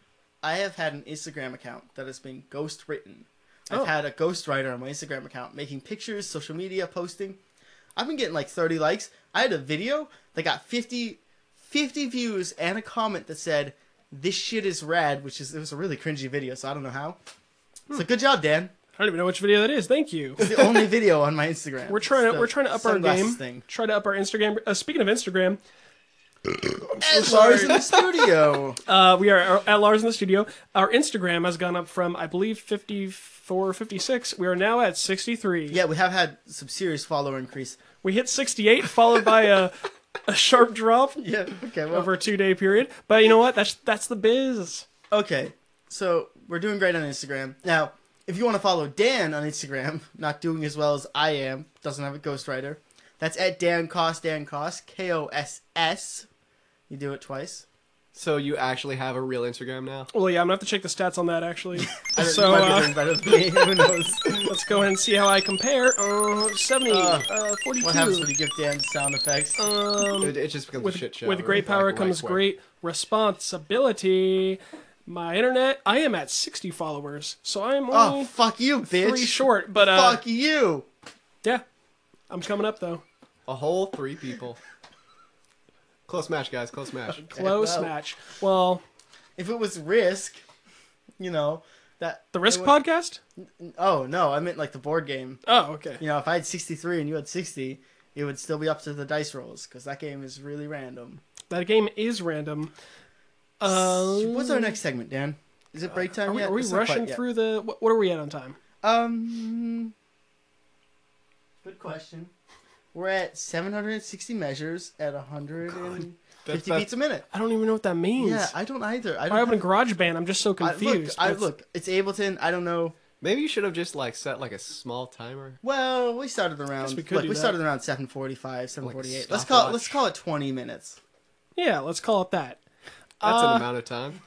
Speaker 1: I have had an Instagram account that has been ghost written.
Speaker 3: Oh.
Speaker 1: I've had a ghostwriter on my Instagram account making pictures, social media, posting. I've been getting like 30 likes. I had a video that got 50, 50 views and a comment that said, This shit is rad, which is, it was a really cringy video, so I don't know how.
Speaker 3: Hmm.
Speaker 1: So good job, Dan.
Speaker 3: I don't even know which video that is. Thank you.
Speaker 1: It's the only video on my Instagram.
Speaker 3: We're trying
Speaker 1: It's
Speaker 3: to
Speaker 1: the
Speaker 3: we're trying to up our
Speaker 1: sunglasses
Speaker 3: game.
Speaker 1: Thing.
Speaker 3: Try to up our Instagram. Uh, speaking of Instagram,
Speaker 1: And Lars in the studio.
Speaker 3: uh, we are at Lars in the studio. Our Instagram has gone up from I believe 54 56. We are now at 63.
Speaker 1: yeah, we have had some serious follower increase.
Speaker 3: We hit 68 followed by a a sharp drop
Speaker 1: Yeah, okay. Well,
Speaker 3: over a 2-day period. But you know what? That's that's the biz.
Speaker 1: Okay, so we're doing great on Instagram. Now, if you want to follow Dan on Instagram, not doing as well as I am, doesn't have a ghostwriter, that's at Dan Koss, Dan Koss, K O S S. You do it twice.
Speaker 2: So you actually have a real Instagram now?
Speaker 3: Well, yeah, I'm going to have to check the stats on that actually.
Speaker 1: I don't,
Speaker 3: So,
Speaker 1: you might
Speaker 3: uh,
Speaker 1: be doing better than me. Who knows?
Speaker 3: Let's go ahead and see how I compare. Uh, 70, uh, 42.
Speaker 1: What happens when you give Dan sound effects?
Speaker 3: Uh,
Speaker 2: It, it just becomes
Speaker 3: Um, with,
Speaker 2: a shit show.
Speaker 3: with great
Speaker 2: like,
Speaker 3: power
Speaker 2: right
Speaker 3: comes
Speaker 2: quick.
Speaker 3: great responsibility. My internet, I am at 60 followers, so I am
Speaker 1: oh,
Speaker 3: only
Speaker 1: fuck you, bitch.
Speaker 3: three short. But uh,
Speaker 1: fuck you.
Speaker 3: yeah, I'm coming up though.
Speaker 2: A whole three people. Close match, guys. Close match.
Speaker 3: Close
Speaker 1: well.
Speaker 3: match. Well,
Speaker 1: If it was Risk, you know, that.
Speaker 3: the Risk
Speaker 1: it would-
Speaker 3: podcast.
Speaker 1: Oh, no, I meant like the board game.
Speaker 3: Oh, okay.
Speaker 1: you know, if I had 63 and you had 60, it would still be up to the dice rolls because that game is really random.
Speaker 3: That game is random. Uh,
Speaker 1: What's our next segment, Dan? Is it break time
Speaker 3: are we,
Speaker 1: yet?
Speaker 3: are we
Speaker 1: It's not
Speaker 3: rushing
Speaker 1: quite yet.
Speaker 3: through the? What, what are we at on time?
Speaker 1: Um, good question. We're at 760 measures at 150
Speaker 2: That's-
Speaker 1: beats a minute.
Speaker 3: I don't even know what that means.
Speaker 1: Yeah, I don't either. I
Speaker 3: Why
Speaker 1: don't.
Speaker 3: open
Speaker 1: Have,
Speaker 3: GarageBand? I'm just so
Speaker 1: I, look,
Speaker 3: confused.
Speaker 1: I
Speaker 3: That's-
Speaker 1: look. It's Ableton. I don't know.
Speaker 2: Maybe you should have just like set like a small timer.
Speaker 1: Well, we started around.
Speaker 3: we could
Speaker 1: look,
Speaker 3: do
Speaker 1: we
Speaker 3: that.
Speaker 1: started around 745, 748. let's call it.
Speaker 2: stopwatch.
Speaker 1: Let's call it 20 minutes.
Speaker 3: Yeah, let's call it that.
Speaker 2: That's
Speaker 3: Uh,
Speaker 2: an amount of time.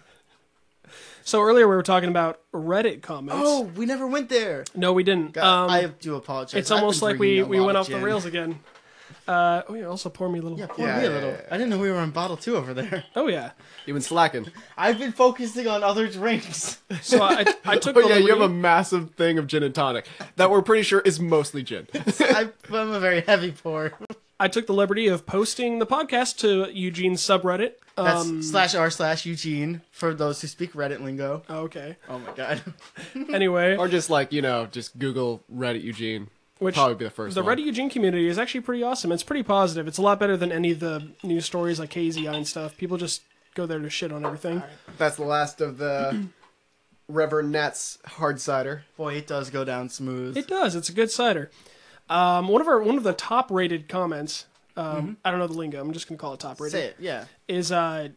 Speaker 3: So earlier we were talking about Reddit comments.
Speaker 1: Oh, we never went there.
Speaker 3: no, we didn't.
Speaker 1: God,
Speaker 3: um,
Speaker 1: I do apologize.
Speaker 3: it's
Speaker 1: I've been
Speaker 3: almost like we,
Speaker 1: drinking a
Speaker 3: we
Speaker 1: lot
Speaker 3: went
Speaker 1: of
Speaker 3: off the
Speaker 1: gin.
Speaker 3: rails again. Uh, oh yeah, also pour me a little.
Speaker 1: Yeah, pour
Speaker 2: Yeah,
Speaker 1: me a
Speaker 2: yeah,
Speaker 1: little.
Speaker 2: yeah, yeah.
Speaker 1: I didn't know we were on bottle two over there.
Speaker 3: Oh yeah.
Speaker 2: You've been slacking.
Speaker 1: I've been focusing on other drinks.
Speaker 3: So I, I took.
Speaker 2: Oh
Speaker 3: the
Speaker 2: yeah, you have a
Speaker 3: liberty-
Speaker 2: massive thing of gin and tonic that we're pretty sure is mostly gin.
Speaker 1: I, I'm a very heavy pour.
Speaker 3: I took the liberty of posting the podcast to Eugene's subreddit.
Speaker 1: That's
Speaker 3: Um,
Speaker 1: slash r slash Eugene for those who speak Reddit lingo.
Speaker 3: okay.
Speaker 1: Oh my god.
Speaker 3: Anyway,
Speaker 2: Or just like, you know, just Google Reddit Eugene.
Speaker 3: Which-
Speaker 2: probably be the first
Speaker 3: the
Speaker 2: one.
Speaker 3: Reddit Eugene community is actually pretty awesome. It's pretty positive. It's a lot better than any of the news stories like KZI and stuff. People just go there to shit on everything.
Speaker 2: That's the last of the Reverend Nat's hard cider.
Speaker 1: Boy, it does go down smooth.
Speaker 3: It does. It's a good cider. Um, one of our one of the top rated comments. Um,
Speaker 2: Mm-hmm.
Speaker 3: I don't know the lingo. I'm just gonna call it top rated.
Speaker 1: Say it, yeah.
Speaker 3: is uh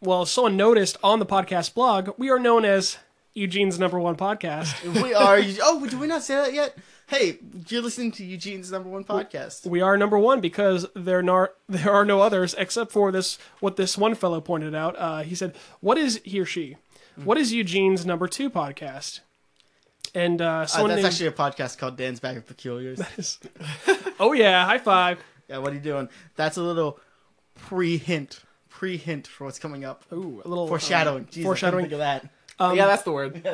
Speaker 3: well someone noticed on the podcast blog we are known as eugene's number one podcast
Speaker 1: We are. Oh, do we not say that yet? Hey, you're listening to Eugene's number one podcast.
Speaker 3: we are number one because there are there are no others except for this what this one fellow pointed out uh, he said what is he or she what is eugene's number two podcast and uh,
Speaker 1: Uh,
Speaker 3: someone
Speaker 1: that's
Speaker 3: named-
Speaker 1: actually a podcast called Dan's Bag of Peculiars.
Speaker 3: oh yeah high five
Speaker 1: yeah, what are you doing? That's a little pre hint, pre hint for what's coming up.
Speaker 3: Ooh, a little um,
Speaker 1: Foreshadowing. Jesus,
Speaker 3: foreshadowing.
Speaker 1: foreshadowing. Think of that.
Speaker 3: Um,
Speaker 2: yeah, that's the word.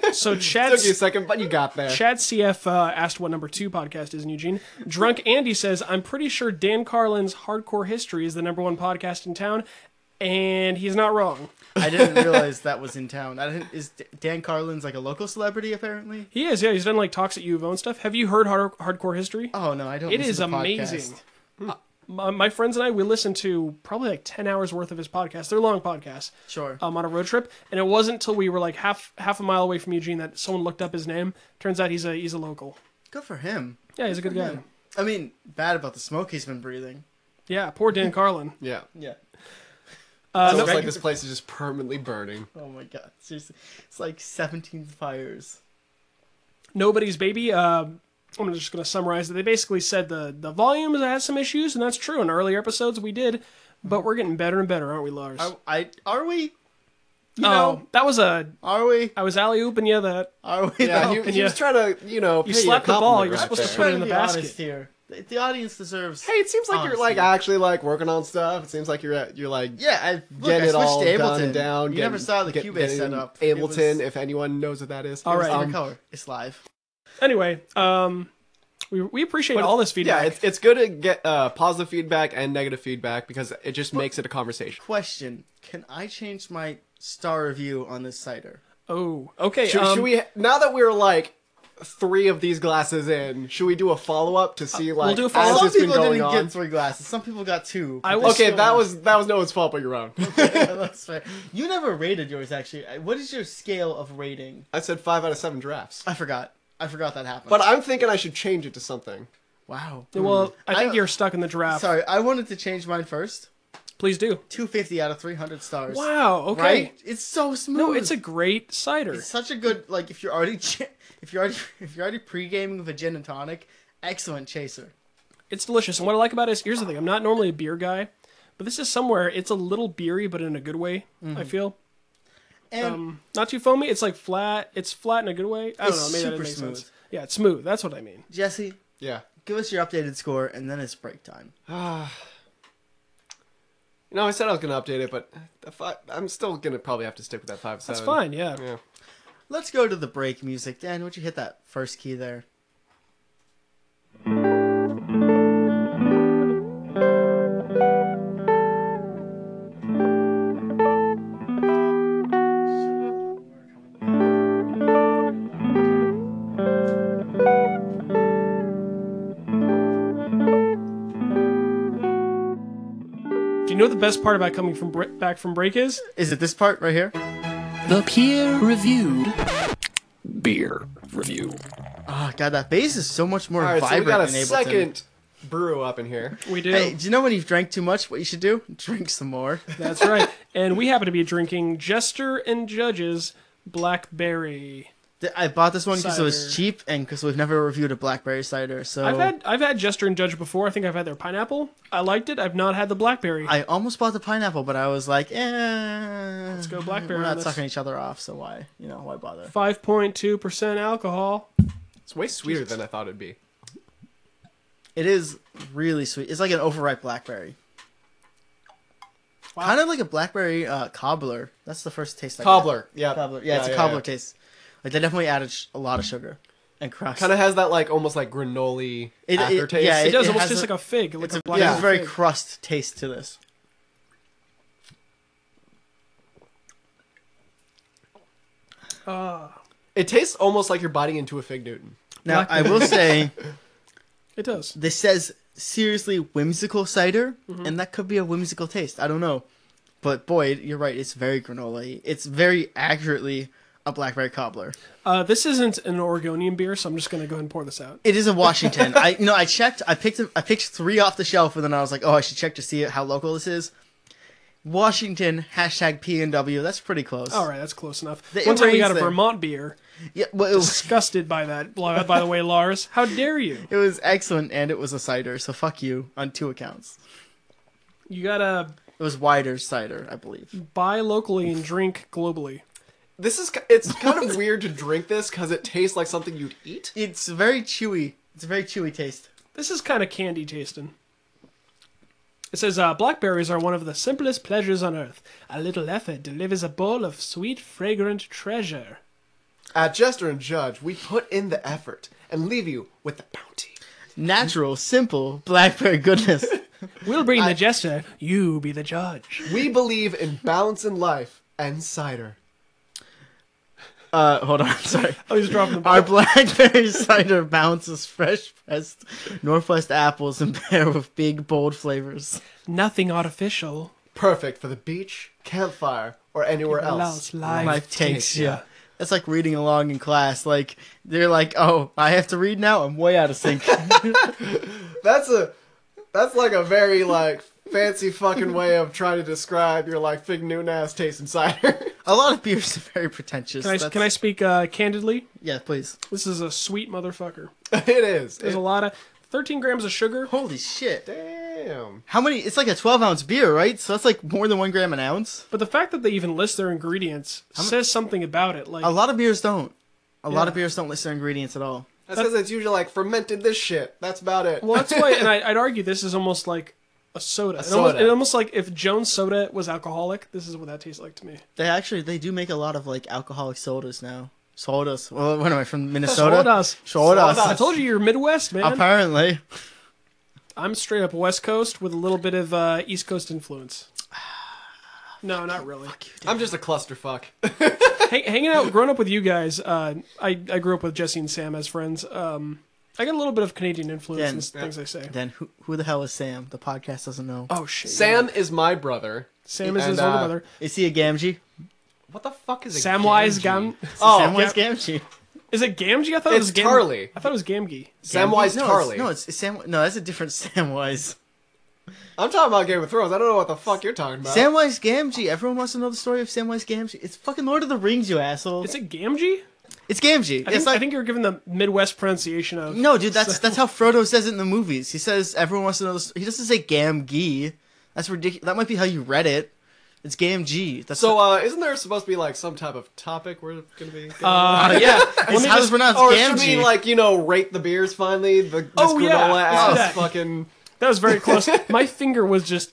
Speaker 2: Took
Speaker 3: so chad
Speaker 2: you a second, but you got there.
Speaker 3: Chad CF uh, asked what number two podcast is in Eugene. Drunk Andy says, I'm pretty sure Dan Carlin's Hardcore History is the number one podcast in town, and he's not wrong.
Speaker 1: I didn't realize that was in town. I didn't, is D- Dan Carlin's like a local celebrity apparently?
Speaker 3: He is, yeah. He's done like talks at U of O and stuff. Have you heard Hard- Hardcore History?
Speaker 1: Oh no, I don't.
Speaker 3: it
Speaker 1: listen
Speaker 3: is
Speaker 1: to podcasts.
Speaker 3: amazing. Uh, My, my friends and I, we listened to probably like 10 hours worth of his podcast. They're long podcasts.
Speaker 1: Sure.
Speaker 3: Um, on a road trip, and it wasn't until we were like half half a mile away from Eugene that someone looked up his name. Turns out he's a he's a local.
Speaker 1: Good for him.
Speaker 3: Yeah, he's a good guy.
Speaker 1: I mean, bad about the smoke he's been breathing.
Speaker 3: Yeah, poor Dan Carlin.
Speaker 2: Yeah.
Speaker 1: Yeah.
Speaker 2: Uh, so it's
Speaker 1: no-
Speaker 2: like this place is just permanently burning.
Speaker 1: Oh my god. Seriously, it's like 17 fires.
Speaker 3: Nobody's Baby. Uh, I'm just going to summarize it. They basically said the the volume has some issues, and that's true. In earlier episodes, we did, but we're getting better and better, aren't we, Lars?
Speaker 1: Are, I are we? You
Speaker 3: oh,
Speaker 1: know,
Speaker 3: that was a.
Speaker 1: are we?
Speaker 3: I was alley ooping you that.
Speaker 1: Are we?
Speaker 2: Yeah,
Speaker 1: though?
Speaker 2: he, he
Speaker 3: yeah.
Speaker 2: was trying to, you know, pay
Speaker 3: You
Speaker 2: a
Speaker 3: slapped the ball.
Speaker 2: compliment
Speaker 3: You're
Speaker 2: right
Speaker 3: supposed to
Speaker 2: there.
Speaker 3: put it
Speaker 1: Trying to
Speaker 3: in the
Speaker 1: be
Speaker 3: basket.
Speaker 1: honest here. The, the audience deserves.
Speaker 2: Hey, it
Speaker 3: Oh,
Speaker 2: seems like you're like
Speaker 1: honesty.
Speaker 2: actually like working on stuff. It seems like you're at, you're like
Speaker 1: yeah, I look,
Speaker 2: get
Speaker 1: I
Speaker 2: it
Speaker 1: switched
Speaker 2: all
Speaker 1: to
Speaker 2: done
Speaker 1: Ableton.
Speaker 2: and down.
Speaker 1: You
Speaker 2: get-
Speaker 1: never saw the
Speaker 2: get-
Speaker 1: Cubase
Speaker 2: get in
Speaker 1: set up. It was-
Speaker 2: Ableton, if anyone knows what that is.
Speaker 3: All
Speaker 2: It was
Speaker 3: right.
Speaker 1: Favorite
Speaker 2: um,
Speaker 1: color. It's live.
Speaker 3: Anyway, um, we we appreciate
Speaker 2: But
Speaker 3: all this
Speaker 2: yeah,
Speaker 3: feedback.
Speaker 2: it's, it's good to get uh, positive feedback and negative feedback because it just makes it a conversation.
Speaker 1: Question: Can I change my star review on this cider?
Speaker 3: oh, okay.
Speaker 2: Should,
Speaker 3: um,
Speaker 2: should we now that we're like three of these glasses in, should we do a follow up to see like
Speaker 3: do a
Speaker 2: as
Speaker 3: follow-up.
Speaker 2: it's
Speaker 1: Some
Speaker 2: been
Speaker 1: people
Speaker 2: going
Speaker 1: didn't
Speaker 2: on?
Speaker 1: get three glasses. Some people got two.
Speaker 3: I
Speaker 1: but
Speaker 3: will-
Speaker 2: Okay,
Speaker 3: Still-
Speaker 2: that was that was no one's fault but your own.
Speaker 1: that's fair. You never rated yours actually. I- What is your scale of rating?
Speaker 2: I said five out of seven drafts.
Speaker 1: I forgot. I forgot that happened.
Speaker 2: But I'm thinking I should change it to something.
Speaker 1: wow.
Speaker 3: Well, I think
Speaker 1: I-
Speaker 3: you're stuck in the draft.
Speaker 1: Sorry, I wanted to change mine first.
Speaker 3: Please do.
Speaker 1: 250 out of 300 stars.
Speaker 3: Wow. Okay.
Speaker 1: Right? It's so smooth.
Speaker 3: No, it's a great cider.
Speaker 1: It's such a good like if you're already ch- if you're already if you're already pre-gaming with a gin and tonic, excellent chaser.
Speaker 3: It's delicious. And what I like about it is here's the thing I'm not normally a beer guy, but this is somewhere it's a little beery, but in a good way,
Speaker 1: Mm-hmm.
Speaker 3: I feel.
Speaker 1: And
Speaker 3: Um, not too foamy. It's like flat. It's flat in a good way. I don't
Speaker 1: It's
Speaker 3: know. Maybe that
Speaker 1: super
Speaker 3: makes
Speaker 1: smooth.
Speaker 3: sense. Yeah, it's smooth. That's what I mean.
Speaker 1: Jesse,
Speaker 2: Yeah.
Speaker 1: give us your updated score and then it's break time.
Speaker 2: You know, I said I was gonna update it, but the five, I'm still gonna probably have to stick with that five.
Speaker 1: Uh,
Speaker 3: That's fine. Yeah.
Speaker 2: Yeah.
Speaker 1: Let's go to the break music. Dan, would you hit that first key there?
Speaker 3: Do you know what the best part about coming from bre- back from break is?
Speaker 1: Is it this part right here?
Speaker 4: The peer reviewed beer review.
Speaker 1: Oh god, that bass is so much more
Speaker 2: All right, so we
Speaker 1: vibrant
Speaker 2: got a
Speaker 1: in Ableton.
Speaker 2: second brew up in here.
Speaker 3: We do.
Speaker 1: Hey, do you know when you've drank too much? What you should do? Drink some more.
Speaker 3: That's right. And we happen to be drinking Jester and Judge's Blackberry.
Speaker 1: Th- I bought this one because it was
Speaker 3: Cider.
Speaker 1: cheap and because we've never reviewed a blackberry cider. So
Speaker 3: I've had I've had Jester and Judge before. I think I've had their pineapple. I liked it. I've not had the blackberry.
Speaker 1: I almost bought the pineapple, but I was like, eh. Let's
Speaker 3: go blackberry
Speaker 1: We're
Speaker 3: on
Speaker 1: not
Speaker 3: this.
Speaker 1: sucking each other off, so why? You know, why bother?
Speaker 3: 5.2% alcohol.
Speaker 2: It's way sweeter than I thought it'd be.
Speaker 1: It is really sweet. It's like an overripe blackberry. Kind of like a blackberry uh, cobbler. That's the first taste. I got.
Speaker 2: Cobbler. Yeah.
Speaker 1: Cobbler. Yeah, it's a cobbler taste. Like they definitely added sh- a lot of sugar. and crust.
Speaker 2: Kind of has that like almost like granola
Speaker 1: It- it-
Speaker 2: aftertaste.
Speaker 1: yeah,
Speaker 3: It does
Speaker 1: It
Speaker 3: almost
Speaker 1: has
Speaker 3: taste
Speaker 1: a-
Speaker 3: like a fig. Like a
Speaker 1: it's a,
Speaker 3: black
Speaker 1: there's
Speaker 2: yeah.
Speaker 1: a very
Speaker 3: fig.
Speaker 1: crust taste to this.
Speaker 3: Ah,
Speaker 2: it tastes almost like you're biting into a fig Newton.
Speaker 1: Now
Speaker 3: Black-
Speaker 1: I will say
Speaker 3: it does.
Speaker 1: this says seriously whimsical cider, and that could be a whimsical taste. I don't know, but boy, you're right. It's very granola. It's very accurately a blackberry cobbler.
Speaker 3: Uh, this isn't an Oregonian beer, so I'm just going to go ahead and pour this out.
Speaker 1: It is in Washington. I you know I checked. I picked I picked three off the shelf, and then I was like, oh, I should check to see how local this is. Washington hashtag P and W. That's pretty close.
Speaker 3: All right, that's close enough.
Speaker 1: The- it
Speaker 3: One time we got a
Speaker 1: rains there.
Speaker 3: Vermont beer.
Speaker 1: Yeah. Well, it was,
Speaker 3: Disgusted by that. By by the way, Lars, how dare you?
Speaker 1: it was excellent, and it was a cider. So fuck you on two accounts.
Speaker 3: You gotta
Speaker 1: It was wider cider, I believe.
Speaker 3: buy locally and drink globally.
Speaker 2: This is ki- it's kind of weird to drink this because it tastes like something you'd eat.
Speaker 1: It's very chewy. It's a very chewy taste.
Speaker 3: This is kind of candy tasting. It says uh, blackberries are one of the simplest pleasures on earth. A little effort delivers a bowl of sweet, fragrant treasure.
Speaker 2: At Jester and Judge, we put in the effort and leave you with the bounty.
Speaker 1: Natural, simple blackberry goodness.
Speaker 3: We'll bring the jester. You be the judge.
Speaker 2: We believe in balance in life and cider.
Speaker 1: Uh, hold on, sorry.
Speaker 3: Oh, he's dropping the
Speaker 1: Our blackberry cider balances fresh pressed Northwest apples and pair with big bold flavors.
Speaker 3: Nothing artificial.
Speaker 2: Perfect for the beach, campfire, or anywhere else.
Speaker 3: Allows life.
Speaker 1: Life takes
Speaker 2: takes ya.
Speaker 1: ya. That's like reading along in class. Like they're like, oh, I have to read now. I'm way out of sync.
Speaker 2: That's a that's like a very like fancy fucking way of trying to describe your like fig Newton ass taste in cider.
Speaker 1: a lot of beers are very pretentious.
Speaker 3: Can I,
Speaker 1: That's-
Speaker 3: can I speak uh, candidly?
Speaker 1: Yeah, please.
Speaker 3: This is a sweet motherfucker.
Speaker 2: it is.
Speaker 3: There's
Speaker 2: It-
Speaker 3: a lot of 13 grams of sugar.
Speaker 1: Holy shit!
Speaker 2: damn.
Speaker 1: How many? It's like a 12 ounce beer, right? So that's like more than one gram an ounce.
Speaker 3: But the fact that they even list their ingredients says something about it. Like
Speaker 1: A lot of beers don't. A lot of
Speaker 3: Yeah.
Speaker 1: beers don't list their ingredients at all.
Speaker 2: That's because it's usually like fermented this shit. That's about it.
Speaker 3: Well, that's why, and I, I'd argue this is almost like a soda. It, Almost,
Speaker 2: soda.
Speaker 3: it almost like if Jones soda was alcoholic, this is what that tastes like to me.
Speaker 1: They actually they do make a lot of like alcoholic sodas now. Sodas. Well, what am I from Minnesota?
Speaker 3: Sodas.
Speaker 1: Sodas.
Speaker 3: I told you you're Midwest, man.
Speaker 1: Apparently,
Speaker 3: I'm straight up West Coast with a little bit of uh, East Coast influence. No, not really.
Speaker 2: I'm just a clusterfuck.
Speaker 3: Hang, hanging out, growing up with you guys, uh, I, I grew up with Jesse and Sam as friends. Um, I got a little bit of Canadian influence
Speaker 1: Yeah,
Speaker 3: in
Speaker 1: and-
Speaker 3: s- things I say.
Speaker 1: then who, who the hell is Sam? The podcast doesn't know.
Speaker 3: Oh shit!
Speaker 2: Sam is my brother.
Speaker 3: Sam is
Speaker 2: and,
Speaker 3: his older
Speaker 2: uh,
Speaker 3: brother.
Speaker 1: Is he a Gamgee?
Speaker 2: What the fuck is a
Speaker 3: Samwise
Speaker 2: Gamgee?
Speaker 3: Gam.
Speaker 2: Oh,
Speaker 1: Samwise Gamgee.
Speaker 3: Is it Gamgee? I thought it
Speaker 2: It's
Speaker 3: was Gam-
Speaker 2: Tarly.
Speaker 3: I thought it was Gamgee.
Speaker 2: Samwise
Speaker 1: no,
Speaker 2: Tarly.
Speaker 1: It's, no, it's, it's Sam. No, that's a different Samwise.
Speaker 2: I'm talking about Game of Thrones. I don't know what the fuck you're talking about.
Speaker 1: Samwise Gamgee. Everyone wants to know the story of Samwise Gamgee. It's fucking Lord of the Rings, you asshole. It's,
Speaker 3: Is it Gamgee?
Speaker 1: Gamgee.
Speaker 3: I
Speaker 1: it's
Speaker 3: think,
Speaker 1: like
Speaker 3: I think you were given the Midwest pronunciation of.
Speaker 1: no, dude. That's that's how Frodo says it in the movies. He says everyone wants to know. The, st-" he doesn't say Gamgee. That's ridiculous. That might be how you read it. It's Gamgee. That's
Speaker 2: So, uh, isn't there supposed to be like some type of topic we're gonna be?
Speaker 3: Uh, yeah. Let
Speaker 1: It's
Speaker 3: me
Speaker 1: how it's
Speaker 3: just,
Speaker 1: pronounced
Speaker 2: or should we
Speaker 1: Gamgee.
Speaker 2: like you know rate the beers finally? The this
Speaker 3: Oh, yeah.
Speaker 2: granola
Speaker 3: Let's do
Speaker 2: ass
Speaker 3: that.
Speaker 2: fucking
Speaker 3: that was very close. My finger was just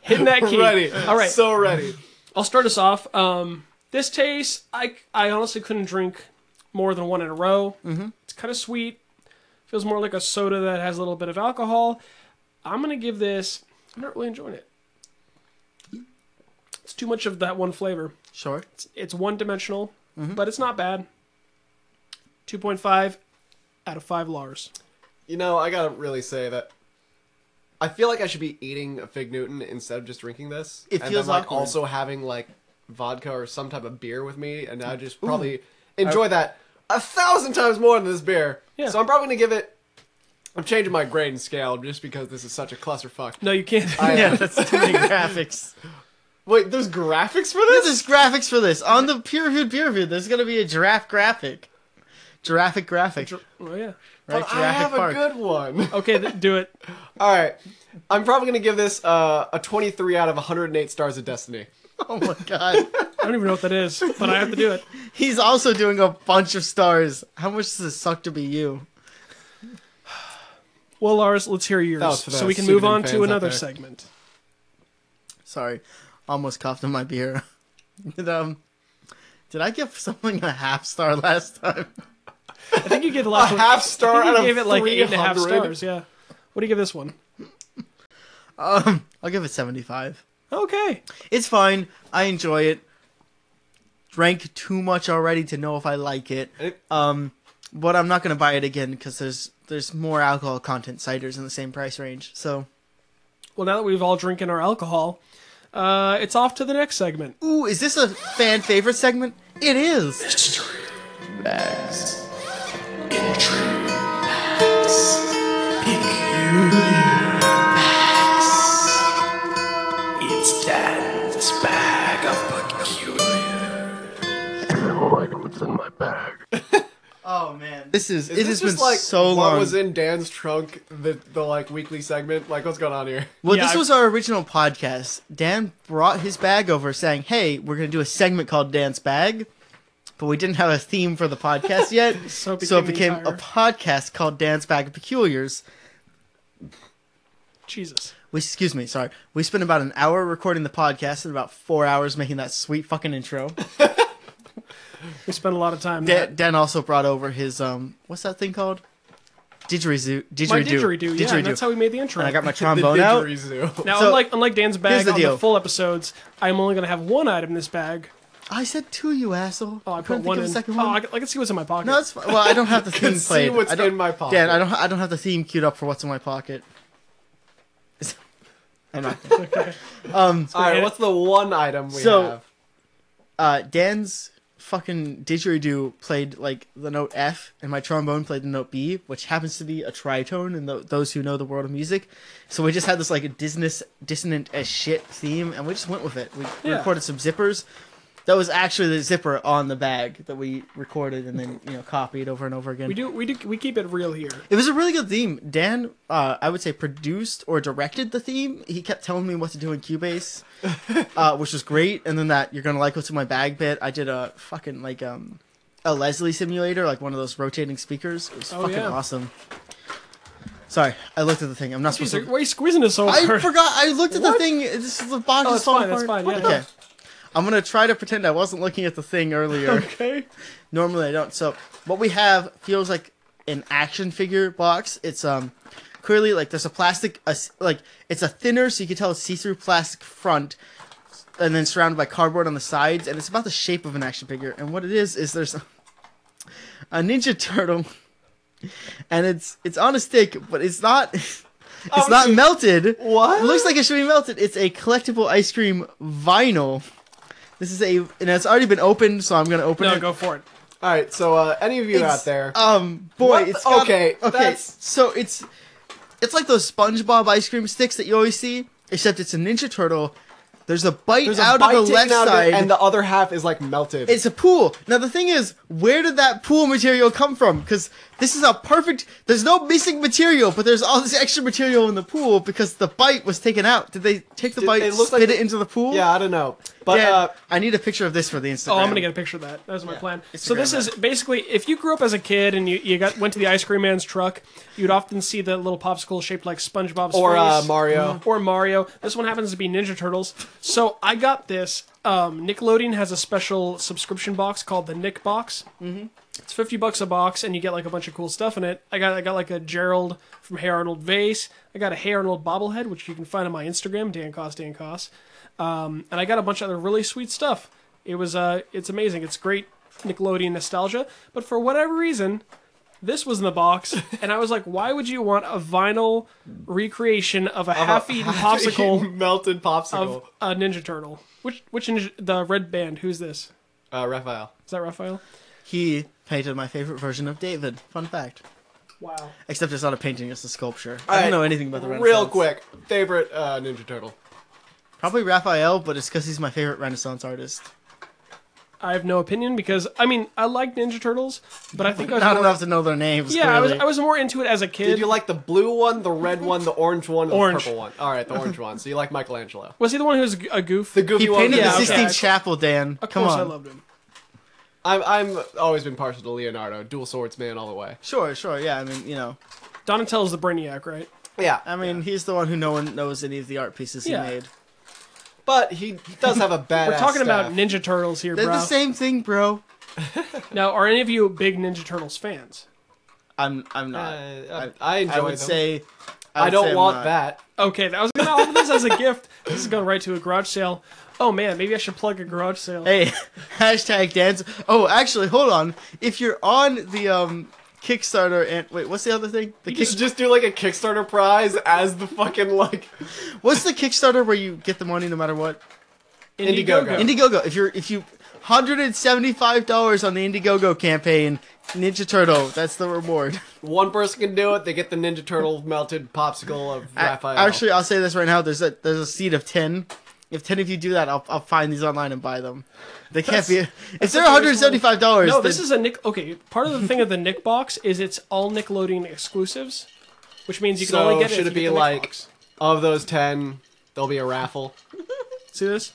Speaker 3: hitting that key.
Speaker 2: ready.
Speaker 3: All right.
Speaker 2: so ready.
Speaker 3: I'll start us off. Um, this taste, I, I honestly couldn't drink more than one in a row. Mm-hmm. It's kind of sweet. Feels more like a soda that has a little bit of alcohol. I'm gonna give this. I'm not really enjoying it. It's too much of that one flavor.
Speaker 1: sure.
Speaker 3: It's, it's one dimensional, but it's not bad. Two point five out of five Lars.
Speaker 2: You know, I gotta really say that. I feel like I should be eating a fig Newton instead of just drinking this.
Speaker 1: It
Speaker 2: and
Speaker 1: feels
Speaker 2: then, like
Speaker 1: awkward.
Speaker 2: also having like vodka or some type of beer with me, and I just probably enjoy that a thousand times more than this beer.
Speaker 3: Yeah.
Speaker 2: So I'm probably gonna give it. I'm changing my grade scale just because this is such a clusterfuck.
Speaker 3: No, you can't.
Speaker 1: Yeah, that's too many graphics.
Speaker 2: Wait, there's graphics for
Speaker 1: Look at
Speaker 2: this?
Speaker 1: this graphics for this on the peer reviewed peer review. There's gonna be a giraffe graphic, giraffic graphic, right?
Speaker 3: oh yeah.
Speaker 2: But I
Speaker 1: Giraffic
Speaker 2: have
Speaker 1: Park.
Speaker 2: a good one.
Speaker 3: Okay, th- do it.
Speaker 2: All right, I'm probably gonna give this uh, a 23 out of 108 stars of Destiny.
Speaker 1: Oh my god.
Speaker 3: I don't even know what that is, but I have to do it.
Speaker 1: He's also doing a bunch of stars. How much does it suck to be you?
Speaker 3: Well, Lars, let's hear yours
Speaker 2: was for
Speaker 3: so
Speaker 2: the
Speaker 3: we can move
Speaker 2: pseudonym
Speaker 3: on
Speaker 2: fans
Speaker 3: to
Speaker 2: out
Speaker 3: another
Speaker 2: there.
Speaker 3: segment.
Speaker 1: Sorry, almost coughed on my beer. did, um, did I give something a half star last time?
Speaker 3: I think you gave the last
Speaker 2: A
Speaker 3: one
Speaker 2: half star
Speaker 3: I think
Speaker 2: out
Speaker 3: you
Speaker 2: of
Speaker 3: gave it like eight and a half
Speaker 2: 300.
Speaker 3: stars. Yeah. What do you give this one?
Speaker 1: I'll give it 75.
Speaker 3: Okay.
Speaker 1: It's fine. I enjoy it. Drank too much already to know if I like it.
Speaker 2: It-
Speaker 1: Um, but I'm not gonna buy it again because there's there's more alcohol content ciders in the same price range. So
Speaker 3: Well, now that we've all drinking our alcohol, uh, it's off to the next segment.
Speaker 1: ooh, is this a fan favorite segment? It is.
Speaker 4: Mystery bags. Intrigue bags. Peculiar bags. It's Dan's bag of peculiar. I don't like what's in my bag.
Speaker 1: Oh man, this is,
Speaker 2: Is
Speaker 1: it
Speaker 2: this
Speaker 1: has
Speaker 2: just
Speaker 1: been
Speaker 2: like
Speaker 1: so
Speaker 2: what
Speaker 1: long.
Speaker 2: was in Dan's trunk, the the like weekly segment? Like, what's going on here?
Speaker 1: Well,
Speaker 3: Yeah,
Speaker 1: this
Speaker 3: I-
Speaker 1: was our original podcast. Dan brought his bag over saying, Hey, we're going to do a segment called Dan's Bag. But we didn't have a theme for the podcast yet.
Speaker 3: So it
Speaker 1: so it
Speaker 3: became
Speaker 1: became
Speaker 3: the
Speaker 1: a podcast called Dan's Bag of Peculiars.
Speaker 3: Jesus.
Speaker 1: We, excuse me, sorry. We spent about an hour recording the podcast and about four hours making that sweet fucking intro.
Speaker 3: We spent a lot of time.
Speaker 1: Dan,
Speaker 3: there.
Speaker 1: Dan also brought over his, um, what's that thing called? Didgeridoo. Didgeridoo.
Speaker 3: My didgeridoo. Yeah, and that's how we made the intro.
Speaker 1: and I got my
Speaker 2: The
Speaker 1: trombone out.
Speaker 2: didgeridoo.
Speaker 3: Now,
Speaker 1: So-
Speaker 3: unlike unlike Dan's bag
Speaker 1: the
Speaker 3: on
Speaker 1: deal.
Speaker 3: the full episodes, I'm only gonna have one item in this bag.
Speaker 1: I said two, you asshole.
Speaker 3: Oh, I put
Speaker 1: Couldn't think
Speaker 3: one in.
Speaker 1: of a second
Speaker 3: oh,
Speaker 1: one.
Speaker 3: I can, I can see what's in my pocket.
Speaker 1: No, it's fine. Well, I don't have the theme
Speaker 2: see
Speaker 1: played.
Speaker 2: what's
Speaker 1: I don't-
Speaker 2: in my pocket.
Speaker 1: Dan, I don't. I don't have the theme queued up for what's in my pocket. Is- I'm not.
Speaker 2: All right, what's the one item we
Speaker 1: So-
Speaker 2: have?
Speaker 1: Uh, Dan's fucking didgeridoo played like the note F, and my trombone played the note B, which happens to be a tritone. And th those who know the world of music, so we just had this like a dissonance, dissonant as shit theme, and we just went with it. We
Speaker 3: Yeah.
Speaker 1: recorded some zippers. That was actually the zipper on the bag that we recorded and then you know copied over and over again.
Speaker 3: we do we do we keep it real here.
Speaker 1: It was a really good theme. Dan, uh, I would say, produced or directed the theme. He kept telling me what to do in Cubase, uh, which was great. And then that you're gonna like what's in my bag bit. I did a fucking like um a Leslie simulator, like one of those rotating speakers. It was
Speaker 3: Oh,
Speaker 1: fucking
Speaker 3: yeah.
Speaker 1: awesome. Sorry, I looked at the thing. I'm not
Speaker 3: Jeez,
Speaker 1: supposed to.
Speaker 3: why are you squeezing us over?
Speaker 1: I forgot. I looked at the thing. This is the box
Speaker 3: Oh,
Speaker 1: is
Speaker 3: it's
Speaker 1: falling
Speaker 3: fine, it's
Speaker 1: apart.
Speaker 3: fine, yeah.
Speaker 1: Okay. I'm gonna try to pretend I wasn't looking at the thing earlier.
Speaker 3: Okay.
Speaker 1: Normally I don't. So what we have feels like an action figure box. It's um clearly like there's a plastic a s like it's a thinner so you can tell it's see-through plastic front and then surrounded by cardboard on the sides and it's about the shape of an action figure and what it is is there's a, a ninja turtle and it's it's on a stick but it's not it's
Speaker 2: Oh,
Speaker 1: not melted.
Speaker 2: What?
Speaker 1: It looks like it should be melted. It's a collectible ice cream vinyl. This is a and it's already been opened, so I'm gonna open
Speaker 3: No,
Speaker 1: it.
Speaker 3: go for it.
Speaker 2: All right, so uh, any of you
Speaker 1: It's-
Speaker 2: out there?
Speaker 1: Um, boy,
Speaker 2: What?
Speaker 1: it's got-
Speaker 2: Okay,
Speaker 1: Okay,
Speaker 2: that's-
Speaker 1: so it's it's like those SpongeBob ice cream sticks that you always see, except it's a Ninja Turtle. There's a bite
Speaker 2: there's a
Speaker 1: out
Speaker 2: bite
Speaker 1: of the
Speaker 2: taken
Speaker 1: left
Speaker 2: out of it,
Speaker 1: side.
Speaker 2: and the other half is like melted.
Speaker 1: it's a pool. Now the thing is, where did that pool material come from? Because this is a perfect. There's no missing material, but there's all this extra material in the pool because the bite was taken out. Did they take the
Speaker 2: It-
Speaker 1: bite,
Speaker 2: it
Speaker 1: spit
Speaker 2: looked like
Speaker 1: it
Speaker 2: the-
Speaker 1: into the pool?
Speaker 2: yeah, I don't know, but
Speaker 1: Dan,
Speaker 2: uh,
Speaker 1: I need a picture of this for the Instagram.
Speaker 3: Oh, I'm gonna get a picture of that. That was my plan.
Speaker 1: Instagram
Speaker 3: So this is basically if you grew up as a kid and you, you got went to the ice cream man's truck, you'd often see the little popsicle shaped like SpongeBob's
Speaker 2: or uh,
Speaker 3: face. Mm-hmm.
Speaker 2: Mario.
Speaker 3: or Mario. This one happens to be Ninja Turtles. So I got this. Um, Nickelodeon has a special subscription box called the Nick Box. Mm-hmm. It's fifty bucks a box, and you get like a bunch of cool stuff in it. I got I got like a Gerald from Hey Arnold vase. I got a Hey Arnold bobblehead, which you can find on my Instagram, Dan Cos Dan Cos. Um, and I got a bunch of other really sweet stuff. It was uh, it's amazing. It's great Nickelodeon nostalgia. But for whatever reason, this was in the box, and I was like, why would you want a vinyl recreation of a half-eaten popsicle
Speaker 2: melted popsicle.
Speaker 3: of a Ninja Turtle? Which which ninja, the red band? Who's this?
Speaker 2: Uh, Raphael.
Speaker 3: Is that Raphael?
Speaker 1: He painted my favorite version of David. Fun fact.
Speaker 3: Wow.
Speaker 1: Except it's not a painting, it's a sculpture. I
Speaker 2: All
Speaker 1: don't
Speaker 2: right,
Speaker 1: know anything about the Renaissance.
Speaker 2: Real quick, favorite uh, Ninja Turtle.
Speaker 1: Probably Raphael, but it's because he's my favorite Renaissance artist.
Speaker 3: I have no opinion because I mean I like Ninja Turtles, but I think I was
Speaker 1: Not
Speaker 3: more,
Speaker 1: enough to know their names.
Speaker 3: yeah I was,
Speaker 1: clearly.
Speaker 3: I was more into it as a kid.
Speaker 2: Did you like the blue one, the red one, the orange one, or
Speaker 3: Orange.
Speaker 2: the purple one? All right, the orange one. So you like Michelangelo.
Speaker 3: was he the one who was a g- a goof?
Speaker 2: The goofy
Speaker 1: He
Speaker 2: one.
Speaker 1: painted
Speaker 3: Yeah,
Speaker 1: the
Speaker 3: okay.
Speaker 1: Sistine Chapel, Dan.
Speaker 3: of
Speaker 1: Come
Speaker 3: course
Speaker 1: on.
Speaker 3: I loved him.
Speaker 2: I'm I'm always been partial to Leonardo, dual swords man all the way.
Speaker 1: Sure, sure. Yeah, I mean, you know,
Speaker 3: Donatello's the Brainiac, right?
Speaker 2: Yeah,
Speaker 1: I mean, he's the one who no one knows any of the art pieces
Speaker 3: Yeah.
Speaker 1: he made.
Speaker 2: but he does have a badass.
Speaker 3: We're talking about
Speaker 2: staff.
Speaker 3: Ninja Turtles here,
Speaker 1: They're
Speaker 3: bro.
Speaker 1: the same thing, bro.
Speaker 3: Now, are any of you big Ninja Turtles fans?
Speaker 1: I'm I'm not.
Speaker 2: Uh, I, I enjoy
Speaker 1: I would
Speaker 2: them.
Speaker 1: say uh,
Speaker 2: I,
Speaker 1: would say
Speaker 2: don't
Speaker 1: I'm
Speaker 2: want
Speaker 1: not.
Speaker 2: that.
Speaker 3: Okay, I was gonna offer this as a gift. This is going right to a garage sale. Oh man, maybe I should plug a garage sale.
Speaker 1: Hey, hashtag dance. Oh, actually, hold on. If you're on the um Kickstarter and wait, what's the other thing? The kick,
Speaker 2: Just, just do like a Kickstarter prize as the fucking like.
Speaker 1: what's the Kickstarter where you get the money no matter what?
Speaker 2: Indiegogo.
Speaker 1: Indiegogo. If you're if you hundred and seventy five dollars on the Indiegogo campaign, Ninja Turtle. That's the reward.
Speaker 2: One person can do it. They get the Ninja Turtle melted popsicle of
Speaker 1: I-
Speaker 2: Raphael.
Speaker 1: Actually, I'll say this right now. There's a there's a seed of ten. If ten of you do that, I'll, I'll find these online and buy them. They can't be. If they're one hundred seventy five dollars,
Speaker 3: No, this is a Nick. Okay, part of the thing of the Nick box is it's all Nickelodeon exclusives, which means you can
Speaker 2: So,
Speaker 3: only get it.
Speaker 2: should
Speaker 3: if
Speaker 2: it
Speaker 3: you get
Speaker 2: be
Speaker 3: the Nick
Speaker 2: like-
Speaker 3: box.
Speaker 2: of those ten, there'll be a raffle.
Speaker 3: See this?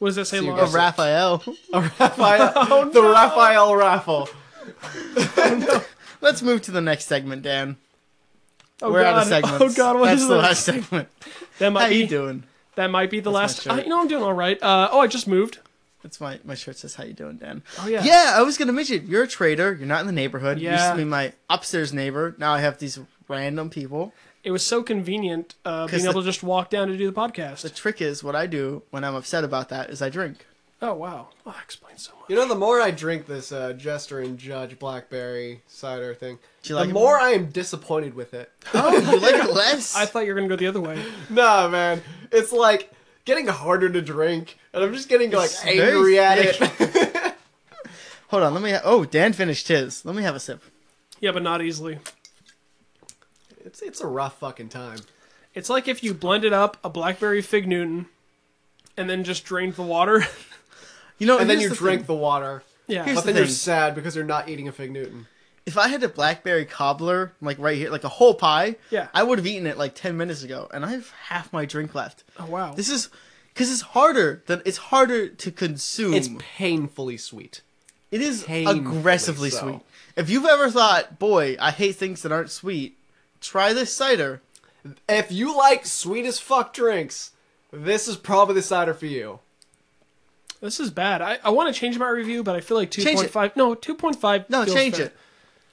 Speaker 3: What does that say?
Speaker 2: you
Speaker 1: a
Speaker 3: Laura?
Speaker 1: Raphael. Oh,
Speaker 2: Raphael, the Raphael raffle.
Speaker 1: Let's move to the next segment, Dan.
Speaker 3: Oh,
Speaker 1: We're
Speaker 3: god.
Speaker 1: out of segments.
Speaker 3: Oh god, what
Speaker 1: That's
Speaker 3: is
Speaker 1: the
Speaker 3: this?
Speaker 1: last segment.
Speaker 3: That might
Speaker 1: How
Speaker 3: be.
Speaker 1: you doing?
Speaker 3: That might be the last.
Speaker 1: shirt.
Speaker 3: I, you know, I'm doing all right. Uh, oh, I just moved.
Speaker 1: That's my my shirt says how you doing, Dan.
Speaker 3: Oh yeah.
Speaker 1: Yeah, I was gonna mention you're a trader. You're not in the neighborhood. You used
Speaker 3: Yeah.
Speaker 1: to be my upstairs neighbor. Now I have these random people.
Speaker 3: It was so convenient uh,
Speaker 1: 'Cause
Speaker 3: being
Speaker 1: the-
Speaker 3: able to just walk down to do the podcast.
Speaker 1: The trick is what I do when I'm upset about that is I drink.
Speaker 3: oh wow, oh, that explains so much.
Speaker 2: You know, the more I drink this uh, Jester and Judge Blackberry cider thing,
Speaker 1: Do you like it
Speaker 2: the more I am disappointed with it.
Speaker 1: Oh, you like it less?
Speaker 3: I thought you were gonna go the other way.
Speaker 2: Nah, man, it's like getting harder to drink, and I'm just getting like
Speaker 1: It's very
Speaker 2: angry at it.
Speaker 1: Hold on, let me. Ha- oh, Dan finished his. Let me have a sip.
Speaker 3: Yeah, but not easily.
Speaker 2: It's it's a rough fucking time.
Speaker 3: It's like if you blended up a blackberry fig Newton, and then just drained the water.
Speaker 1: You know,
Speaker 2: And then
Speaker 1: here's the
Speaker 2: you drink
Speaker 1: thing.
Speaker 2: the water,
Speaker 3: yeah.
Speaker 1: Here's
Speaker 2: but
Speaker 1: the
Speaker 2: then you're
Speaker 1: thing.
Speaker 2: sad because you're not eating a fig Newton.
Speaker 1: If I had a blackberry cobbler, like right here, like a whole pie,
Speaker 3: Yeah.
Speaker 1: I would have eaten it like ten minutes ago, and I have half my drink left.
Speaker 3: oh wow.
Speaker 1: This is because it's harder than it's harder to consume.
Speaker 2: It's painfully sweet.
Speaker 1: It is
Speaker 2: painfully
Speaker 1: aggressively
Speaker 2: so.
Speaker 1: sweet. If you've ever thought, boy, I hate things that aren't sweet, try this cider.
Speaker 2: If you like sweet as fuck drinks, this is probably the cider for you.
Speaker 3: This is bad. I, I want to change my review, but I feel like
Speaker 1: it.
Speaker 3: 2.5. No, 2.5.
Speaker 1: No,
Speaker 3: feels
Speaker 1: change
Speaker 3: fair.
Speaker 1: it.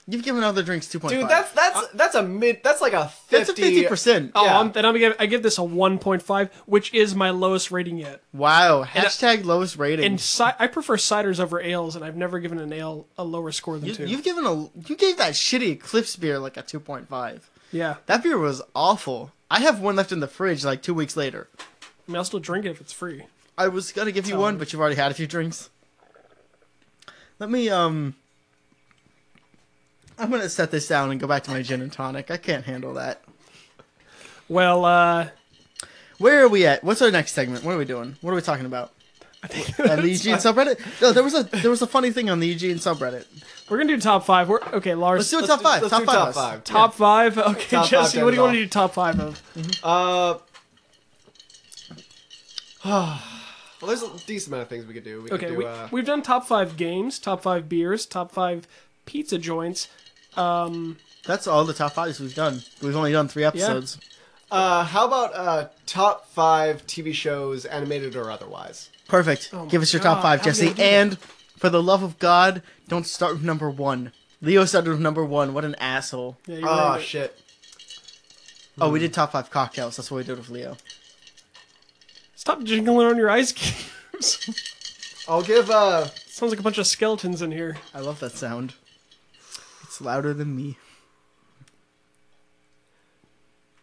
Speaker 1: You've given other drinks 2.5.
Speaker 2: Dude, that's that's that's a mid. That's like a
Speaker 1: Uh, that's
Speaker 2: fifty.
Speaker 1: a 50%.
Speaker 3: Oh,
Speaker 2: Yeah.
Speaker 3: I'm, then I'm gonna give, I give this a 1.5, which is my lowest rating yet.
Speaker 1: Hmm. Wow.
Speaker 2: uh,
Speaker 1: Hashtag lowest
Speaker 3: And
Speaker 1: rating.
Speaker 3: ci- I prefer ciders over ales, and I've never given an ale a lower score than two.
Speaker 1: You, have given a you gave that shitty Eclipse beer like a 2.5.
Speaker 3: yeah,
Speaker 1: That beer was awful. I have one left in the fridge like two weeks later.
Speaker 3: I mean, I'll still drink it if it's free.
Speaker 1: I was gonna give you one, but you've already had a few drinks. Let me um. I'm gonna set this down and go back to my gin and tonic. I can't handle that.
Speaker 3: Well, uh,
Speaker 1: Where are we at? What's our next segment? What are we doing? What are we talking about?
Speaker 3: I think
Speaker 1: Uh, the Eugene subreddit? No, there was a there was a funny thing on the Eugene subreddit.
Speaker 3: we're gonna do top five. We're okay, Lars.
Speaker 1: Let's do a
Speaker 2: Let's
Speaker 1: top
Speaker 2: do-
Speaker 1: five.
Speaker 2: let's
Speaker 1: top
Speaker 2: do
Speaker 1: five.
Speaker 2: top
Speaker 1: us.
Speaker 2: five.
Speaker 3: top five. Okay,
Speaker 2: Top five,
Speaker 3: Jesse, what do you
Speaker 2: Denzel.
Speaker 3: want to do top five of?
Speaker 2: Uh. well, there's a decent amount of things we could do. We
Speaker 3: Okay,
Speaker 2: could do.
Speaker 3: we,
Speaker 2: uh,
Speaker 3: we've done top five games, top five beers, top five pizza joints.
Speaker 1: That's all the top fives we've done. We've only done three episodes.
Speaker 2: uh, how about uh, top five TV shows, animated or otherwise?
Speaker 1: Perfect.
Speaker 3: my
Speaker 1: Give us your
Speaker 3: God,
Speaker 1: top five,
Speaker 3: how did I
Speaker 1: Jesse.
Speaker 3: do that?
Speaker 1: And for the love of God, don't start with number one. Leo started with number one. What an asshole.
Speaker 3: Yeah, you
Speaker 1: Ah,
Speaker 2: Oh
Speaker 3: nailed it.
Speaker 2: shit!
Speaker 1: Oh, we did top five cocktails. That's what we did with Leo.
Speaker 3: Stop jingling on your ice cubes.
Speaker 2: I'll give. Uh,
Speaker 3: Sounds like a bunch of skeletons in here.
Speaker 1: I love that sound. It's louder than me.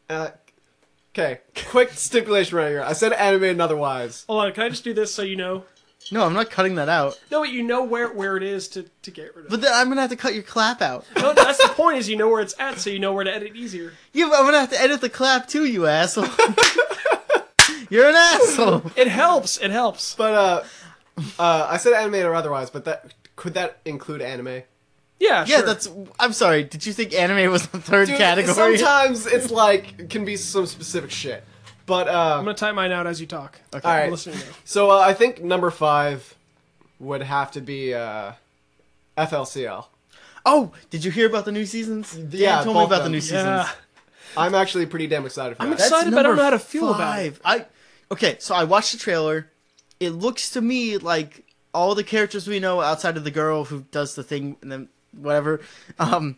Speaker 2: uh, okay, quick stipulation right here. I said animated and otherwise.
Speaker 3: Hold on, can I just do this so you know?
Speaker 1: No, I'm not cutting that out.
Speaker 3: No, but you know where where it is to, to get rid of.
Speaker 1: But then I'm gonna have to cut your clap out.
Speaker 3: no, that's the point is you know where it's at, so you know where to edit easier.
Speaker 1: Yeah, but I'm gonna have to edit the clap too, you asshole. You're an asshole.
Speaker 3: It helps. It helps.
Speaker 2: But uh, uh, I said animated or otherwise. But that could that include anime?
Speaker 1: Yeah,
Speaker 3: Yeah, sure.
Speaker 1: that's. I'm sorry. Did you think anime was the third
Speaker 2: Dude,
Speaker 1: category?
Speaker 2: Sometimes it's like can be some specific shit. But uh,
Speaker 3: I'm gonna type mine out as you talk. Okay.
Speaker 2: all
Speaker 3: I'm
Speaker 2: right.
Speaker 3: listening now.
Speaker 2: So uh, I think number five would have to be uh, FLCL.
Speaker 1: Oh, did you hear about the new seasons? Dan
Speaker 2: Yeah,
Speaker 1: told me
Speaker 2: both
Speaker 1: about the
Speaker 2: them.
Speaker 1: new
Speaker 2: Yeah.
Speaker 1: seasons.
Speaker 3: Yeah.
Speaker 2: I'm actually pretty damn excited for that.
Speaker 3: excited. but I don't know how to feel about it.
Speaker 1: about it. I okay, so I watched the trailer. It looks to me like all the characters we know outside of the girl who does the thing and then whatever, um,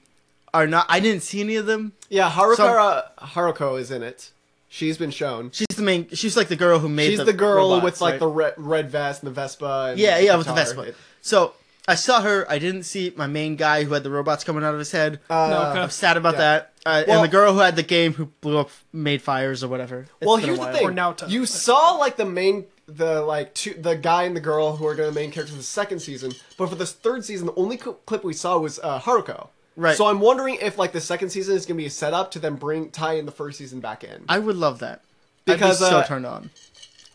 Speaker 1: are not. I didn't see any of them.
Speaker 2: Yeah, Harukara Haruko is in it. She's been shown.
Speaker 1: She's the main. She's like the girl who made.
Speaker 2: She's the, girl
Speaker 1: robots,
Speaker 2: with like
Speaker 1: right?
Speaker 2: the red, red vest and the Vespa. And
Speaker 1: Yeah, yeah, with the
Speaker 2: guitar.
Speaker 1: Vespa.
Speaker 2: It-
Speaker 1: So I saw her. I didn't see my main guy who had the robots coming out of his head.
Speaker 2: uh,
Speaker 3: No,
Speaker 1: I'm sad about
Speaker 2: yeah.
Speaker 1: that. Uh,
Speaker 2: Well-
Speaker 1: and the girl who had the game who blew up, made fires or whatever. It's
Speaker 2: well,
Speaker 1: been a
Speaker 2: here's the
Speaker 1: while.
Speaker 2: thing.
Speaker 3: Or Naoto.
Speaker 2: You saw like the main, the like two, the guy and the girl who are going to the main characters of the second season, but for this third season, the only cl- clip we saw was uh, Haruko.
Speaker 1: Right.
Speaker 2: So I'm wondering if like the second season is going to be set up to then bring tie in the first season back in.
Speaker 1: I would love that.
Speaker 2: Because,
Speaker 1: I'd be
Speaker 2: uh,
Speaker 1: so turned on.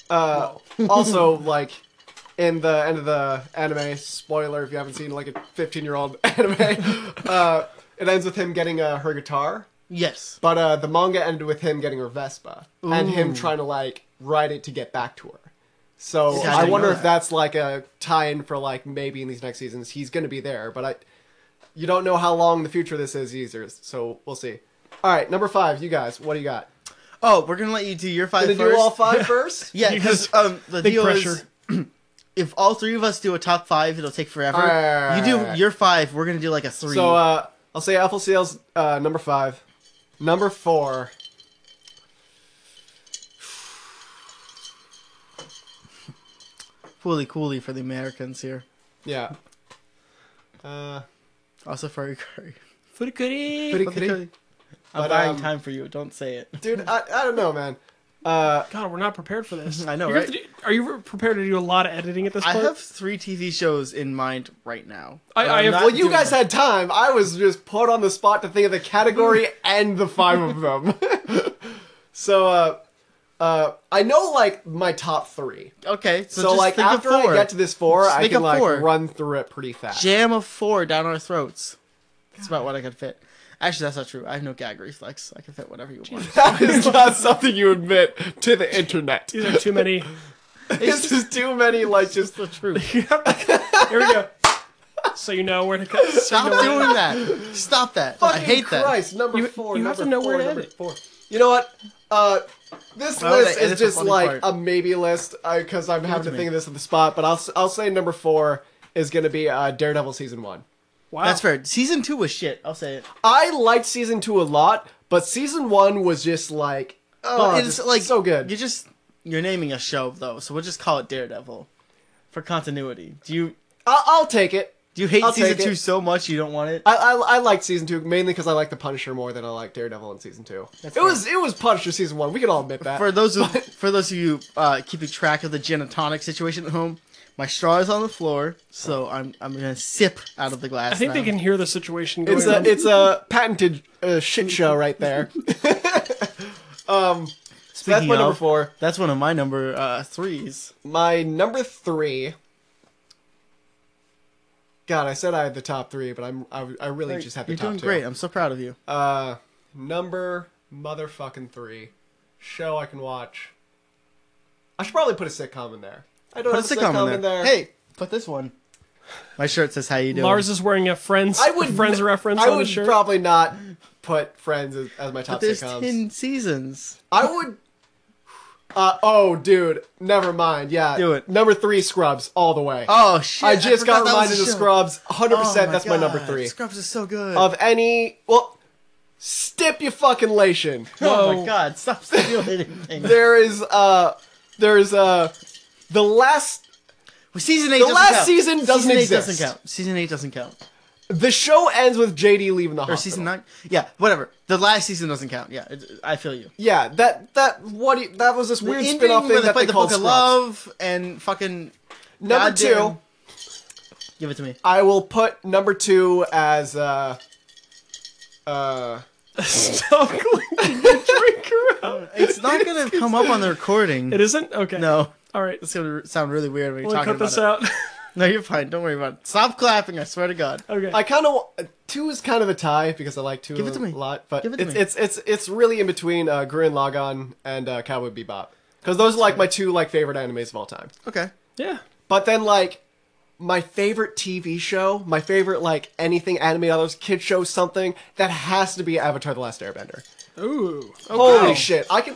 Speaker 2: Uh, also, like in the end of the anime, spoiler if you haven't seen like a 15 year old anime, uh, it ends with him getting uh, her guitar.
Speaker 1: Yes.
Speaker 2: But uh, the manga ended with him getting her Vespa and him trying to like ride it to get back to her. So
Speaker 1: See, I
Speaker 2: I
Speaker 1: didn't
Speaker 2: wonder
Speaker 1: know
Speaker 2: if
Speaker 1: that.
Speaker 2: that's like a tie-in for like maybe in these next seasons he's going to be there. But I, you don't know how long in the future this is either. So we'll see. All right, number five, you guys, what do you got?
Speaker 1: Oh, we're gonna let you do your five
Speaker 2: Gonna
Speaker 1: first.
Speaker 2: do all five first?
Speaker 1: Yeah, because um, the
Speaker 3: Big
Speaker 1: deal is
Speaker 3: pressure.
Speaker 1: if all three of us do a top five, it'll take forever.
Speaker 2: Alright.
Speaker 1: you do your five, we're gonna do like a three.
Speaker 2: So uh, I'll say Apple Sales uh, number five, number four.
Speaker 1: Cooly, cooly for the Americans here.
Speaker 2: Yeah. Uh,
Speaker 1: Also, furry curry.
Speaker 3: Furikuri.
Speaker 2: pretty kitty.
Speaker 1: I'm
Speaker 2: But,
Speaker 1: buying
Speaker 2: um,
Speaker 1: time for you. Don't say it.
Speaker 2: dude, I, I don't know, man. Uh,
Speaker 3: God, we're not prepared for this.
Speaker 1: I know,
Speaker 3: You're gonna
Speaker 1: right?
Speaker 3: have to do- are you prepared to do a lot of editing at this
Speaker 1: I
Speaker 3: point?
Speaker 1: have three TV shows in mind right now.
Speaker 3: I-
Speaker 1: but
Speaker 3: I
Speaker 1: I'm
Speaker 3: have-
Speaker 1: not
Speaker 2: well, you
Speaker 1: doing
Speaker 2: guys
Speaker 1: them.
Speaker 2: had time. I was just put on the spot to think of the category and the five of them. so, uh, uh, I know like my top three.
Speaker 1: okay. So,
Speaker 2: So,
Speaker 1: just
Speaker 2: like
Speaker 1: think
Speaker 2: after
Speaker 1: of four.
Speaker 2: I get to this four,
Speaker 1: Just
Speaker 2: I
Speaker 1: think
Speaker 2: can
Speaker 1: of
Speaker 2: like
Speaker 1: four.
Speaker 2: run through it pretty fast.
Speaker 1: jam of four down our throats. That's about what I could fit. Actually, that's not true. I have no gag reflex. I can fit whatever you want.
Speaker 2: that is not something you admit to the internet.
Speaker 3: These are too many.
Speaker 2: this is too many like just
Speaker 1: the truth.
Speaker 3: Here we go. So you know where to cut. So you
Speaker 1: Stop
Speaker 3: know where to-
Speaker 1: doing that. Stop that. I
Speaker 2: Fucking
Speaker 1: hate that.
Speaker 2: Christ, number
Speaker 3: You-
Speaker 2: four.
Speaker 3: you have
Speaker 2: number
Speaker 3: to know
Speaker 2: four,
Speaker 3: where to
Speaker 2: number
Speaker 3: edit.
Speaker 2: Four. You know what? Uh, this
Speaker 1: Why would
Speaker 2: list
Speaker 1: they edit
Speaker 2: is
Speaker 1: the
Speaker 2: just
Speaker 1: funny
Speaker 2: like
Speaker 1: part?
Speaker 2: a maybe list because I'm having
Speaker 1: to
Speaker 2: to
Speaker 1: me.
Speaker 2: think of this on the spot. But I'll s- I'll say number four is gonna be uh, Daredevil season one.
Speaker 3: Wow.
Speaker 1: That's fair. Season two was shit. I'll say it.
Speaker 2: I liked season two a lot, but season one was just like oh,
Speaker 1: But
Speaker 2: it's like so good.
Speaker 1: You just you're naming a show though, so we'll just call it Daredevil for continuity. Do you
Speaker 2: I- I'll take it.
Speaker 1: do you hate
Speaker 2: I'll
Speaker 1: season
Speaker 2: take it.
Speaker 1: two so much you don't want it?
Speaker 2: I, I, I liked season two mainly because I like the Punisher more than I like Daredevil in season two. it was it was Punisher season one. We can all admit that.
Speaker 1: for those who, for those of you uh, keeping track of the gin and tonic situation at home, my straw is on the floor, so I'm I'm gonna sip out of the glass.
Speaker 3: I think they
Speaker 1: now.
Speaker 3: can hear the situation going
Speaker 2: It's a
Speaker 3: on.
Speaker 2: it's a patented uh, shit show right there. So
Speaker 1: Speaking
Speaker 2: that's my number
Speaker 1: of,
Speaker 2: four.
Speaker 1: That's one of my number uh, threes.
Speaker 2: My number three. God, I said I had the top three, but I'm I, I really just had the
Speaker 1: You're
Speaker 2: top
Speaker 1: doing
Speaker 2: two.
Speaker 1: great. I'm so proud of you.
Speaker 2: Uh, number motherfucking three. Show I can watch. I should probably put a sitcom in there. I don't
Speaker 1: Put a
Speaker 2: have
Speaker 1: sitcom in there. Hey, put this one. My shirt says "How you doing?"
Speaker 3: Lars is wearing a Friends.
Speaker 2: I would
Speaker 3: Friends reference
Speaker 2: I
Speaker 3: on
Speaker 2: would
Speaker 3: his shirt.
Speaker 2: probably not put Friends as, as my top
Speaker 1: There's
Speaker 2: sitcoms.
Speaker 1: ten seasons.
Speaker 2: I would. Uh, oh, dude, never mind. Yeah,
Speaker 1: Do it.
Speaker 2: Number three, Scrubs, all the way.
Speaker 1: Oh shit!
Speaker 2: I just
Speaker 1: forgot
Speaker 2: got
Speaker 1: that was
Speaker 2: reminded
Speaker 1: a
Speaker 2: of
Speaker 1: show.
Speaker 2: Scrubs. 100%.
Speaker 1: Oh
Speaker 2: that's my number
Speaker 1: God,
Speaker 2: three.
Speaker 1: Scrubs is so good.
Speaker 2: Of any, well, stipulation.
Speaker 1: oh my
Speaker 3: Whoa.
Speaker 1: god! Stop stipulating things.
Speaker 2: there is uh, there is uh, the last
Speaker 1: Well, season eight.
Speaker 2: The
Speaker 1: doesn't
Speaker 2: last
Speaker 1: count.
Speaker 2: season doesn't
Speaker 1: season Eight
Speaker 2: exist.
Speaker 1: doesn't count. Season eight doesn't count.
Speaker 2: the show ends with JD leaving the
Speaker 1: Or
Speaker 2: hospital.
Speaker 1: season nine? Yeah, whatever. The last season doesn't count. Yeah, it, I feel you.
Speaker 2: Yeah, that that what do you- that was this weird
Speaker 1: ending
Speaker 2: spin-off
Speaker 1: where
Speaker 2: thing that
Speaker 1: fight
Speaker 2: they
Speaker 1: the
Speaker 2: called
Speaker 1: Book of
Speaker 2: Scrubs.
Speaker 1: Love and fucking
Speaker 2: Number
Speaker 1: goddamn-
Speaker 2: two,
Speaker 1: Give it to me.
Speaker 2: I will put number two as uh, uh.
Speaker 3: Stop cleaning the drink around.
Speaker 1: It's not gonna come up on the recording.
Speaker 3: It isn't okay.
Speaker 1: No,
Speaker 3: All right.
Speaker 1: it's gonna sound really weird when you're
Speaker 3: We'll
Speaker 1: talking
Speaker 3: cut
Speaker 1: about it.
Speaker 3: this out.
Speaker 1: No, you're fine. Don't worry about it. Stop clapping. I swear to God.
Speaker 3: okay.
Speaker 2: I kind of two is kind of a tie because I like two
Speaker 1: Give it to
Speaker 2: a
Speaker 1: me.
Speaker 2: lot, but
Speaker 1: Give it to
Speaker 2: it's,
Speaker 1: me.
Speaker 2: it's it's it's really in between uh, Gurren Lagann and uh, Cowboy Bebop because those are like my two like favorite animes of all time.
Speaker 1: Okay.
Speaker 3: yeah.
Speaker 2: But then like my favorite TV show, my favorite like anything anime, others kid show, something that has to be Avatar: The Last Airbender.
Speaker 3: Ooh.
Speaker 2: Holy shit! I can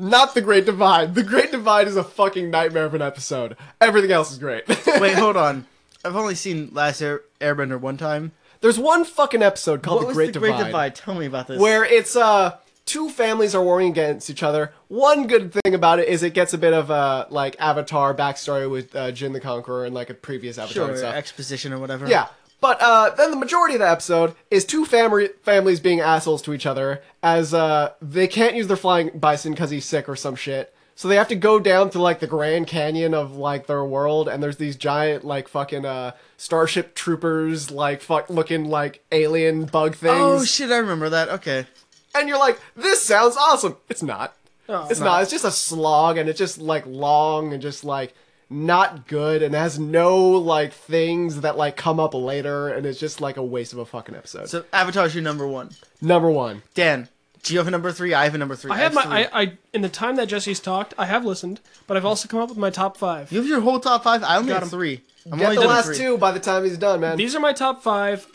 Speaker 2: Not the Great Divide. The Great Divide is a fucking nightmare of an episode. Everything else is great.
Speaker 1: Wait, hold on. I've only seen Last Air- Airbender one time.
Speaker 2: There's one fucking episode called
Speaker 1: What was
Speaker 2: the, Great,
Speaker 1: the Great
Speaker 2: Divide,
Speaker 1: Divide? Tell me about this.
Speaker 2: where it's uh two families are warring against each other. One good thing about it is it gets a bit of uh like Avatar backstory with uh, Jin the Conqueror and like a previous Avatar
Speaker 1: sure
Speaker 2: and stuff.
Speaker 1: exposition or whatever.
Speaker 2: Yeah. But uh, then the majority of the episode is two family families being assholes to each other as uh, they can't use their flying bison because he's sick or some shit. So they have to go down to like the Grand Canyon of like their world, and there's these giant like fucking uh, starship troopers, like fuck looking like alien bug things.
Speaker 1: Oh shit! I remember that. Okay.
Speaker 2: and you're like, this sounds awesome. It's not.
Speaker 3: Oh.
Speaker 2: it's not. It's just a slog, and it's just like long and just like not good, and has no like things that like come up later, and it's just like a waste of a fucking episode.
Speaker 1: So Avatar's your number one.
Speaker 2: Number one,
Speaker 1: Dan, do you have a number three? I have a number three.
Speaker 3: I have my
Speaker 1: have three.
Speaker 3: I, I in the time that Jesse's talked, I have listened, but I've also come up with my top five.
Speaker 1: You have your whole top five. I only have
Speaker 3: 'em.
Speaker 1: three. I'm
Speaker 2: get
Speaker 1: only
Speaker 2: the
Speaker 1: doing
Speaker 2: last
Speaker 1: three.
Speaker 2: two by the time he's done, man.
Speaker 3: These are my top five,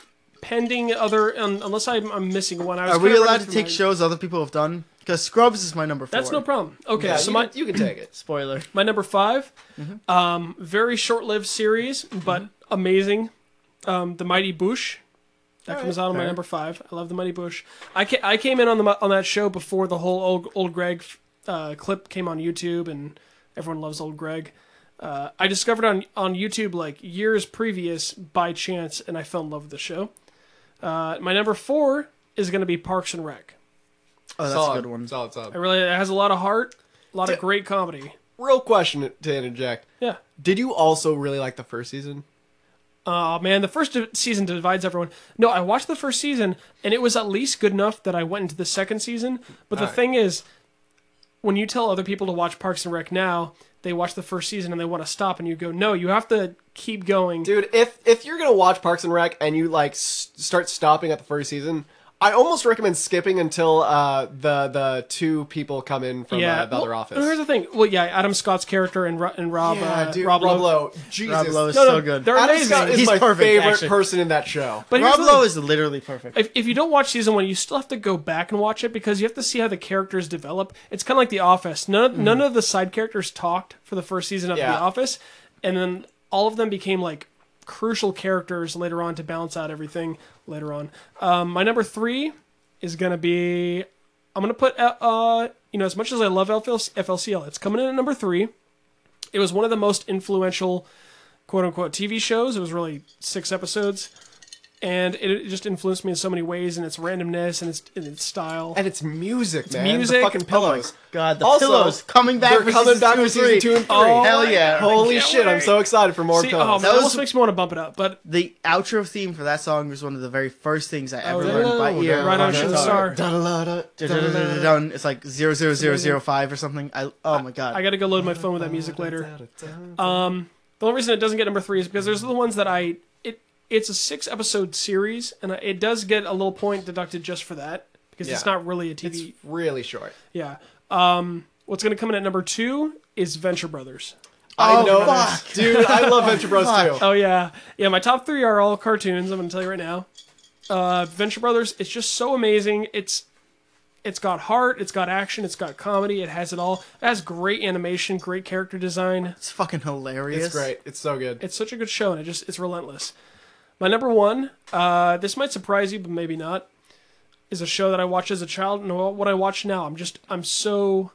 Speaker 3: pending other um, unless I'm, I'm missing one. I was
Speaker 1: Are we
Speaker 3: kinda running
Speaker 1: allowed to
Speaker 3: through
Speaker 1: take
Speaker 3: my-
Speaker 1: shows other people have done? Because Scrubs is my number four.
Speaker 3: That's no problem. Okay,
Speaker 2: yeah,
Speaker 3: so
Speaker 2: you,
Speaker 3: my
Speaker 2: can- you can take it.
Speaker 1: Spoiler.
Speaker 3: my number 5 um, very short-lived series, but amazing. Um, the Mighty Boosh. That comes out on my
Speaker 1: fair.
Speaker 3: number five. I love the Mighty Boosh. I ca- I came in on the mo- on that show before the whole old old Greg uh, clip came on YouTube, and everyone loves old Greg. Uh, I discovered on on YouTube like years previous by chance, and I fell in love with the show. Uh, my number four is going to be Parks and Rec.
Speaker 1: Oh, that's
Speaker 2: solid,
Speaker 1: a good one.
Speaker 2: Solid,
Speaker 3: It
Speaker 2: solid.
Speaker 3: really it has a lot of heart, a lot of great comedy.
Speaker 2: Real question to interject:
Speaker 3: Yeah.
Speaker 2: Did you also really like the first season?
Speaker 3: Oh man, the first di- season divides everyone. No, I watched the first season and it was at least good enough that I went into the second season. But the
Speaker 2: Alright.
Speaker 3: thing is, when you tell other people to watch Parks and Rec now, they watch the first season and they want to stop, and you go, "No, you have to keep going."
Speaker 2: Dude, if if you're gonna watch Parks and Rec and you like s- start stopping at the first season, I almost recommend skipping until uh, the the two people come in from uh, the
Speaker 3: well,
Speaker 2: other office.
Speaker 3: and Here's the thing. Well, yeah, Adam Scott's character and Ro- and Rob
Speaker 2: yeah,
Speaker 3: uh,
Speaker 2: dude,
Speaker 3: Rob, Lowe.
Speaker 2: Lowe. Jesus,
Speaker 1: Rob Lowe is
Speaker 3: No, no,
Speaker 1: so good.
Speaker 3: they're-
Speaker 2: Adam
Speaker 3: amazing.
Speaker 2: Scott is
Speaker 1: He's
Speaker 2: my
Speaker 1: perfect,
Speaker 2: favorite
Speaker 1: actually.
Speaker 2: person in that show.
Speaker 3: But here's
Speaker 1: Rob
Speaker 3: the thing.
Speaker 1: Lowe is literally perfect.
Speaker 3: if, if you don't watch season one, you still have to go back and watch it because you have to see how the characters develop. It's kind of like The Office. None of, none of the side characters talked for the first season of
Speaker 2: Yeah.
Speaker 3: The Office, and then all of them became like crucial characters later on to balance out everything later on. Um, my number three is gonna be I'm gonna put uh, uh you know as much as I love FL- FLCL, it's coming in at number three. It was one of the most influential quote unquote TV shows. It was really six episodes. And it it just influenced me in so many ways, and its randomness and its, and its style.
Speaker 2: and it's music, man.
Speaker 3: music.
Speaker 2: the fucking pillows.
Speaker 1: Oh God, the
Speaker 2: also,
Speaker 1: pillows coming back.
Speaker 2: They're
Speaker 1: for
Speaker 2: coming
Speaker 1: season
Speaker 2: back
Speaker 1: two
Speaker 2: for
Speaker 1: and
Speaker 2: season
Speaker 1: three.
Speaker 2: two and three.
Speaker 3: Oh,
Speaker 1: Hell yeah!
Speaker 2: Holy shit! I'm so excited for more
Speaker 3: See, oh, man,
Speaker 2: pillows.
Speaker 3: that
Speaker 1: was-
Speaker 3: almost makes me want to bump it up. But
Speaker 1: The outro theme for that song was one of the very first things I ever
Speaker 3: really?
Speaker 1: learned by
Speaker 2: Oh,
Speaker 1: ear.
Speaker 2: no.
Speaker 3: right on
Speaker 2: Yeah.
Speaker 3: Shooting Star,
Speaker 2: Da-da-da-da, da-da-da-da.
Speaker 1: Dun-dun-dun-dun-dun. It's like zero zero zero zero five or something. I oh my god.
Speaker 3: I got to go load my phone with that music later. Um, the only reason it doesn't get number three is because those are the ones that I it it's a six episode series, and I, it does get a little point deducted just for that because it's
Speaker 2: Yeah.
Speaker 3: not really a
Speaker 2: It's
Speaker 3: TV.
Speaker 2: really short.
Speaker 3: Yeah. Um, what's gonna come in at number two is Venture Brothers.
Speaker 2: I
Speaker 1: Oh,
Speaker 2: know,
Speaker 1: fuck.
Speaker 2: dude. I love Venture Bros too.
Speaker 3: Oh yeah, yeah. My top three are all cartoons. I'm gonna tell you right now. Uh, Venture Brothers. It's just so amazing. It's it's got heart. It's got action. It's got comedy. It has it all. It has great animation. Great character design.
Speaker 1: It's fucking hilarious.
Speaker 2: It's great. It's so good.
Speaker 3: It's such a good show, and it just it's relentless. My number one. Uh, this might surprise you, but maybe not. Is a show that I watched as a child, and what I watch now. I'm just I'm so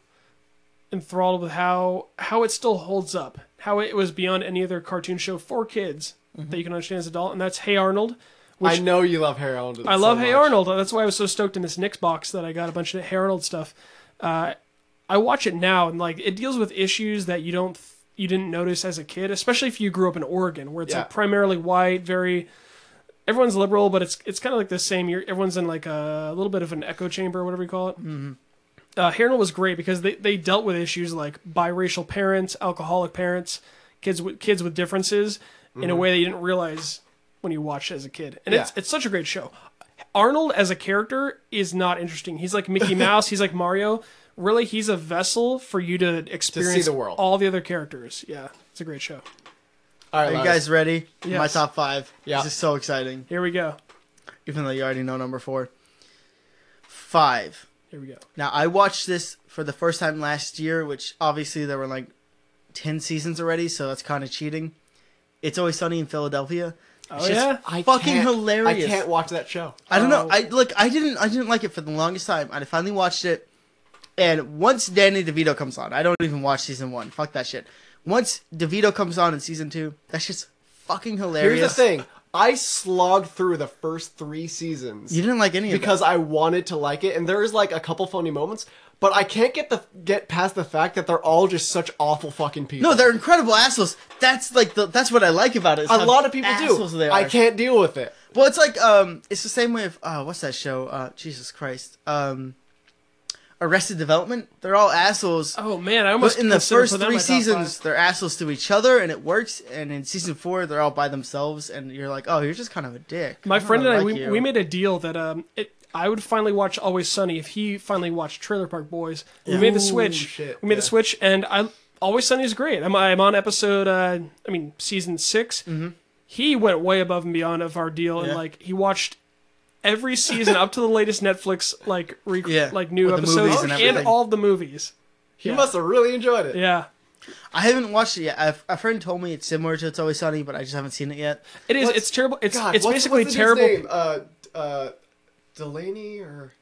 Speaker 3: enthralled with how how it still holds up, how it was beyond any other cartoon show for kids that you can understand as an adult, and that's Hey Arnold.
Speaker 2: I know you love Harold.
Speaker 3: I love Hey Arnold. That's why I was so stoked in this Knicks box that I got a bunch of Hey Arnold stuff. Uh, I watch it now and like it deals with issues that you don't th- you didn't notice as a kid, especially if you grew up in Oregon where it's
Speaker 2: Yeah.
Speaker 3: like primarily white, very everyone's liberal, but it's it's kind of like the same. You're, everyone's in like a, little bit of an echo chamber, whatever you call it. Mm-hmm. Uh, Hey Arnold was great because they they dealt with issues like biracial parents, alcoholic parents, kids with kids with differences in a way that you didn't realize when you watched it as a kid. And it's
Speaker 2: Mm-hmm. Yeah.
Speaker 3: it's such a great show. Arnold as a character is not interesting. He's like Mickey Mouse, he's like Mario. Really, he's a vessel for you to experience
Speaker 2: the world.
Speaker 3: all the other characters. Yeah, it's a great show.
Speaker 2: All right,
Speaker 1: Are you
Speaker 2: Lars.
Speaker 1: guys ready? My
Speaker 3: Yes.
Speaker 1: top five.
Speaker 2: Yeah.
Speaker 1: This is so exciting.
Speaker 3: Here we go.
Speaker 1: Even though you already know number four. Five.
Speaker 3: Here we go.
Speaker 1: Now I watched this for the first time last year, which obviously there were like ten seasons already, so that's kind of cheating. It's always sunny in Philadelphia.
Speaker 3: Oh
Speaker 1: It's just-
Speaker 3: yeah.
Speaker 2: I
Speaker 1: Fucking
Speaker 2: can't-
Speaker 1: hilarious.
Speaker 2: I can't watch that show.
Speaker 1: I don't know.
Speaker 3: Oh.
Speaker 1: I look. I didn't. I didn't like it for the longest time. I finally watched it, and once Danny DeVito comes on, I don't even watch season one. Fuck that shit. Once DeVito comes on in season two, that's just fucking hilarious.
Speaker 2: Here's the thing. I slogged through the first three seasons
Speaker 1: You didn't like any of
Speaker 2: because I wanted to like it, and there is like a couple funny moments, but I can't get the get past the fact that they're all just such awful fucking
Speaker 1: it.
Speaker 2: people.
Speaker 1: No, they're incredible assholes. That's like the. That's what I like about it. is
Speaker 2: a
Speaker 1: how
Speaker 2: lot of people
Speaker 1: assholes
Speaker 2: do.
Speaker 1: They are.
Speaker 2: I can't deal with it.
Speaker 1: Well, it's like um, it's the same way of uh, what's that show? Uh, Jesus Christ. Um, Arrested Development. They're all assholes.
Speaker 3: Oh man, I almost
Speaker 1: But in the
Speaker 3: considered
Speaker 1: first
Speaker 3: putting that
Speaker 1: three
Speaker 3: in my top
Speaker 1: seasons, they're assholes to each other, and it works. And in season four, they're all by themselves, and you're like, "Oh, you're just kind of a dick."
Speaker 3: My
Speaker 1: don't
Speaker 3: friend and I,
Speaker 1: like
Speaker 3: we,
Speaker 1: you."
Speaker 3: we made a deal that um, it, I would finally watch Always Sunny if he finally watched Trailer Park Boys. We made the switch.
Speaker 2: shit,
Speaker 3: we made
Speaker 2: yeah.
Speaker 3: the switch, and I Always Sunny is great. I'm, I'm on episode, uh, I mean, season 6 Mm-hmm. He went way above and beyond of our deal,
Speaker 1: Yeah.
Speaker 3: and like he watched every season up to the latest Netflix like re-
Speaker 1: Yeah,
Speaker 3: like new
Speaker 1: with the movies
Speaker 3: episodes
Speaker 1: and
Speaker 3: and,
Speaker 1: everything.
Speaker 3: all the movies.
Speaker 2: He
Speaker 3: Yeah.
Speaker 2: must have really enjoyed it.
Speaker 3: Yeah,
Speaker 1: I haven't watched it yet. A, a friend told me it's similar to It's Always Sunny, but I just haven't seen it yet.
Speaker 3: it is.
Speaker 2: What's-
Speaker 3: it's terrible. It's
Speaker 2: God,
Speaker 3: it's
Speaker 2: what's-
Speaker 3: basically
Speaker 2: what's the dude's
Speaker 3: terrible.
Speaker 2: name? Uh, uh, Delaney or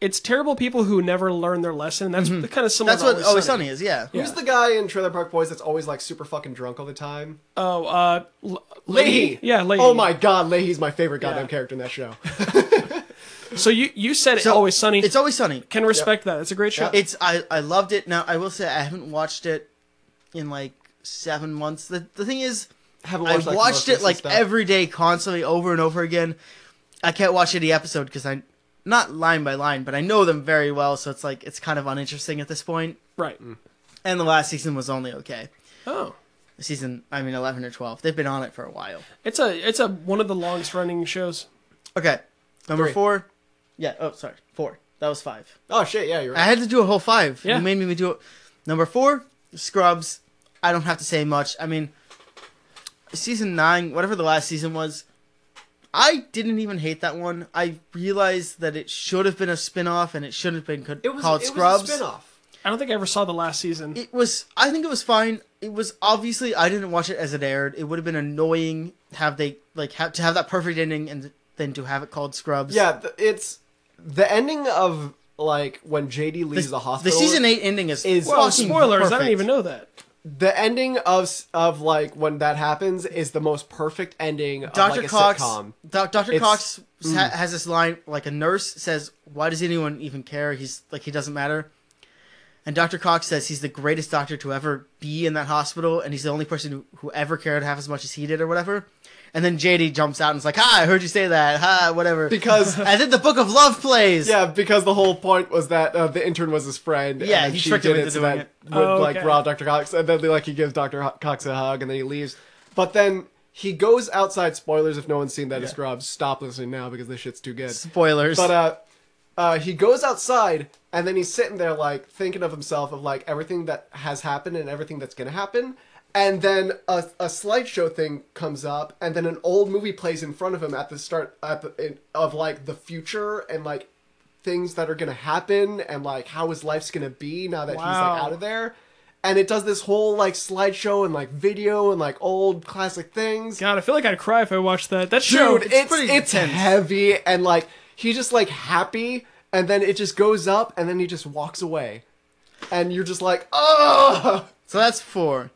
Speaker 3: It's terrible people who never learn their lesson. And that's kind of similar.
Speaker 1: Mm-hmm. That's
Speaker 3: to
Speaker 1: what Always
Speaker 3: Sunny.
Speaker 1: Sunny is. Yeah.
Speaker 2: who's the guy in Trailer Park Boys that's always like super fucking drunk all the time?
Speaker 3: Oh, uh, L-
Speaker 2: Leahy.
Speaker 3: Yeah, Leahy.
Speaker 2: Oh my god, Leahy's my favorite goddamn
Speaker 3: Yeah.
Speaker 2: character in that show.
Speaker 3: So you you said
Speaker 1: So,
Speaker 3: it always sunny.
Speaker 1: It's Always Sunny.
Speaker 3: Can respect that. It's a great show.
Speaker 2: Yeah.
Speaker 1: It's I I loved it. Now I will say I haven't watched it in like seven months. The the thing is,
Speaker 2: Haven't
Speaker 1: I
Speaker 2: watched, like,
Speaker 1: watched
Speaker 2: commercials
Speaker 1: it
Speaker 2: and
Speaker 1: like
Speaker 2: stuff.
Speaker 1: every day, constantly, over and over again. I can't watch any episode because I, not line by line, but I know them very well. So it's like it's kind of uninteresting at this point.
Speaker 3: right.
Speaker 1: Mm. And the last season was only okay.
Speaker 3: Oh,
Speaker 1: Season, I mean, eleven or twelve. They've been on it for a while.
Speaker 3: it's a it's a one of the longest running shows.
Speaker 1: Okay, number
Speaker 2: Three.
Speaker 1: four. Yeah. Oh, sorry, four. That was five.
Speaker 2: Oh shit, yeah, you're
Speaker 1: I
Speaker 2: right.
Speaker 1: had to do a whole five.
Speaker 3: Yeah.
Speaker 1: You made me do it. Number four, Scrubs. I don't have to say much. I mean, season nine, whatever the last season was, I didn't even hate that one. I realized that it should have been a spin off and it shouldn't have been co- called Scrubs.
Speaker 2: Was a spin-off.
Speaker 3: I don't think I ever saw the last season.
Speaker 1: It was, I think it was fine. It was obviously, I didn't watch it as it aired. It would have been annoying have they, like, have, to have that perfect ending and then to have it called Scrubs.
Speaker 2: Yeah, th- it's the ending of like when JD
Speaker 1: The,
Speaker 2: leaves the,
Speaker 1: the
Speaker 2: hospital.
Speaker 1: season eight ending is,
Speaker 2: is-
Speaker 1: fucking
Speaker 3: Well, spoilers. I
Speaker 1: perfect.
Speaker 3: don't even know that.
Speaker 2: The ending of s- of like when that happens is the most perfect ending of
Speaker 1: Dr.
Speaker 2: like a
Speaker 1: Cox,
Speaker 2: sitcom.
Speaker 1: Doc Dr.
Speaker 2: It's- mm.
Speaker 1: Cox ha- has this line like a nurse says, "Why does anyone even care? He's like he doesn't matter." And Dr. Cox says he's the greatest doctor to ever be in that hospital, and he's the only person who, who ever cared half as much as he did, or whatever. And then JD jumps out and is like, "Hi, I heard you say that. Hi, whatever."
Speaker 2: Because
Speaker 1: and then the Book of Love plays.
Speaker 2: yeah, because the whole point was that uh, the intern was his friend.
Speaker 1: Yeah,
Speaker 2: and
Speaker 1: he
Speaker 2: she
Speaker 1: tricked him
Speaker 2: did
Speaker 1: into
Speaker 2: it so
Speaker 1: doing
Speaker 2: that
Speaker 1: it.
Speaker 2: would
Speaker 3: Oh,
Speaker 2: like
Speaker 3: okay.
Speaker 2: rile Dr. Cox, and then like he gives Dr. Ho- Cox a hug, and then he leaves. But then he goes outside. Spoilers, if no one's seen that, it's Scrubs. Stop listening now because this shit's too good.
Speaker 1: Spoilers.
Speaker 2: But uh, uh, he goes outside, and then he's sitting there like thinking of himself of like everything that has happened and everything that's gonna happen. And then a, a slideshow thing comes up, and then an old movie plays in front of him at the start at the, in, of like the future and like things that are gonna happen and like how his life's gonna be now that he's like
Speaker 3: Wow.
Speaker 2: out of there. And it does this whole like slideshow and like video and like old classic things
Speaker 3: God, I feel like I'd cry if I watched that. That show.
Speaker 2: dude it's it's,
Speaker 1: pretty intense.
Speaker 2: heavy and like he's just like happy and then it just goes up and then he just walks away and you're just like oh
Speaker 1: so that's four.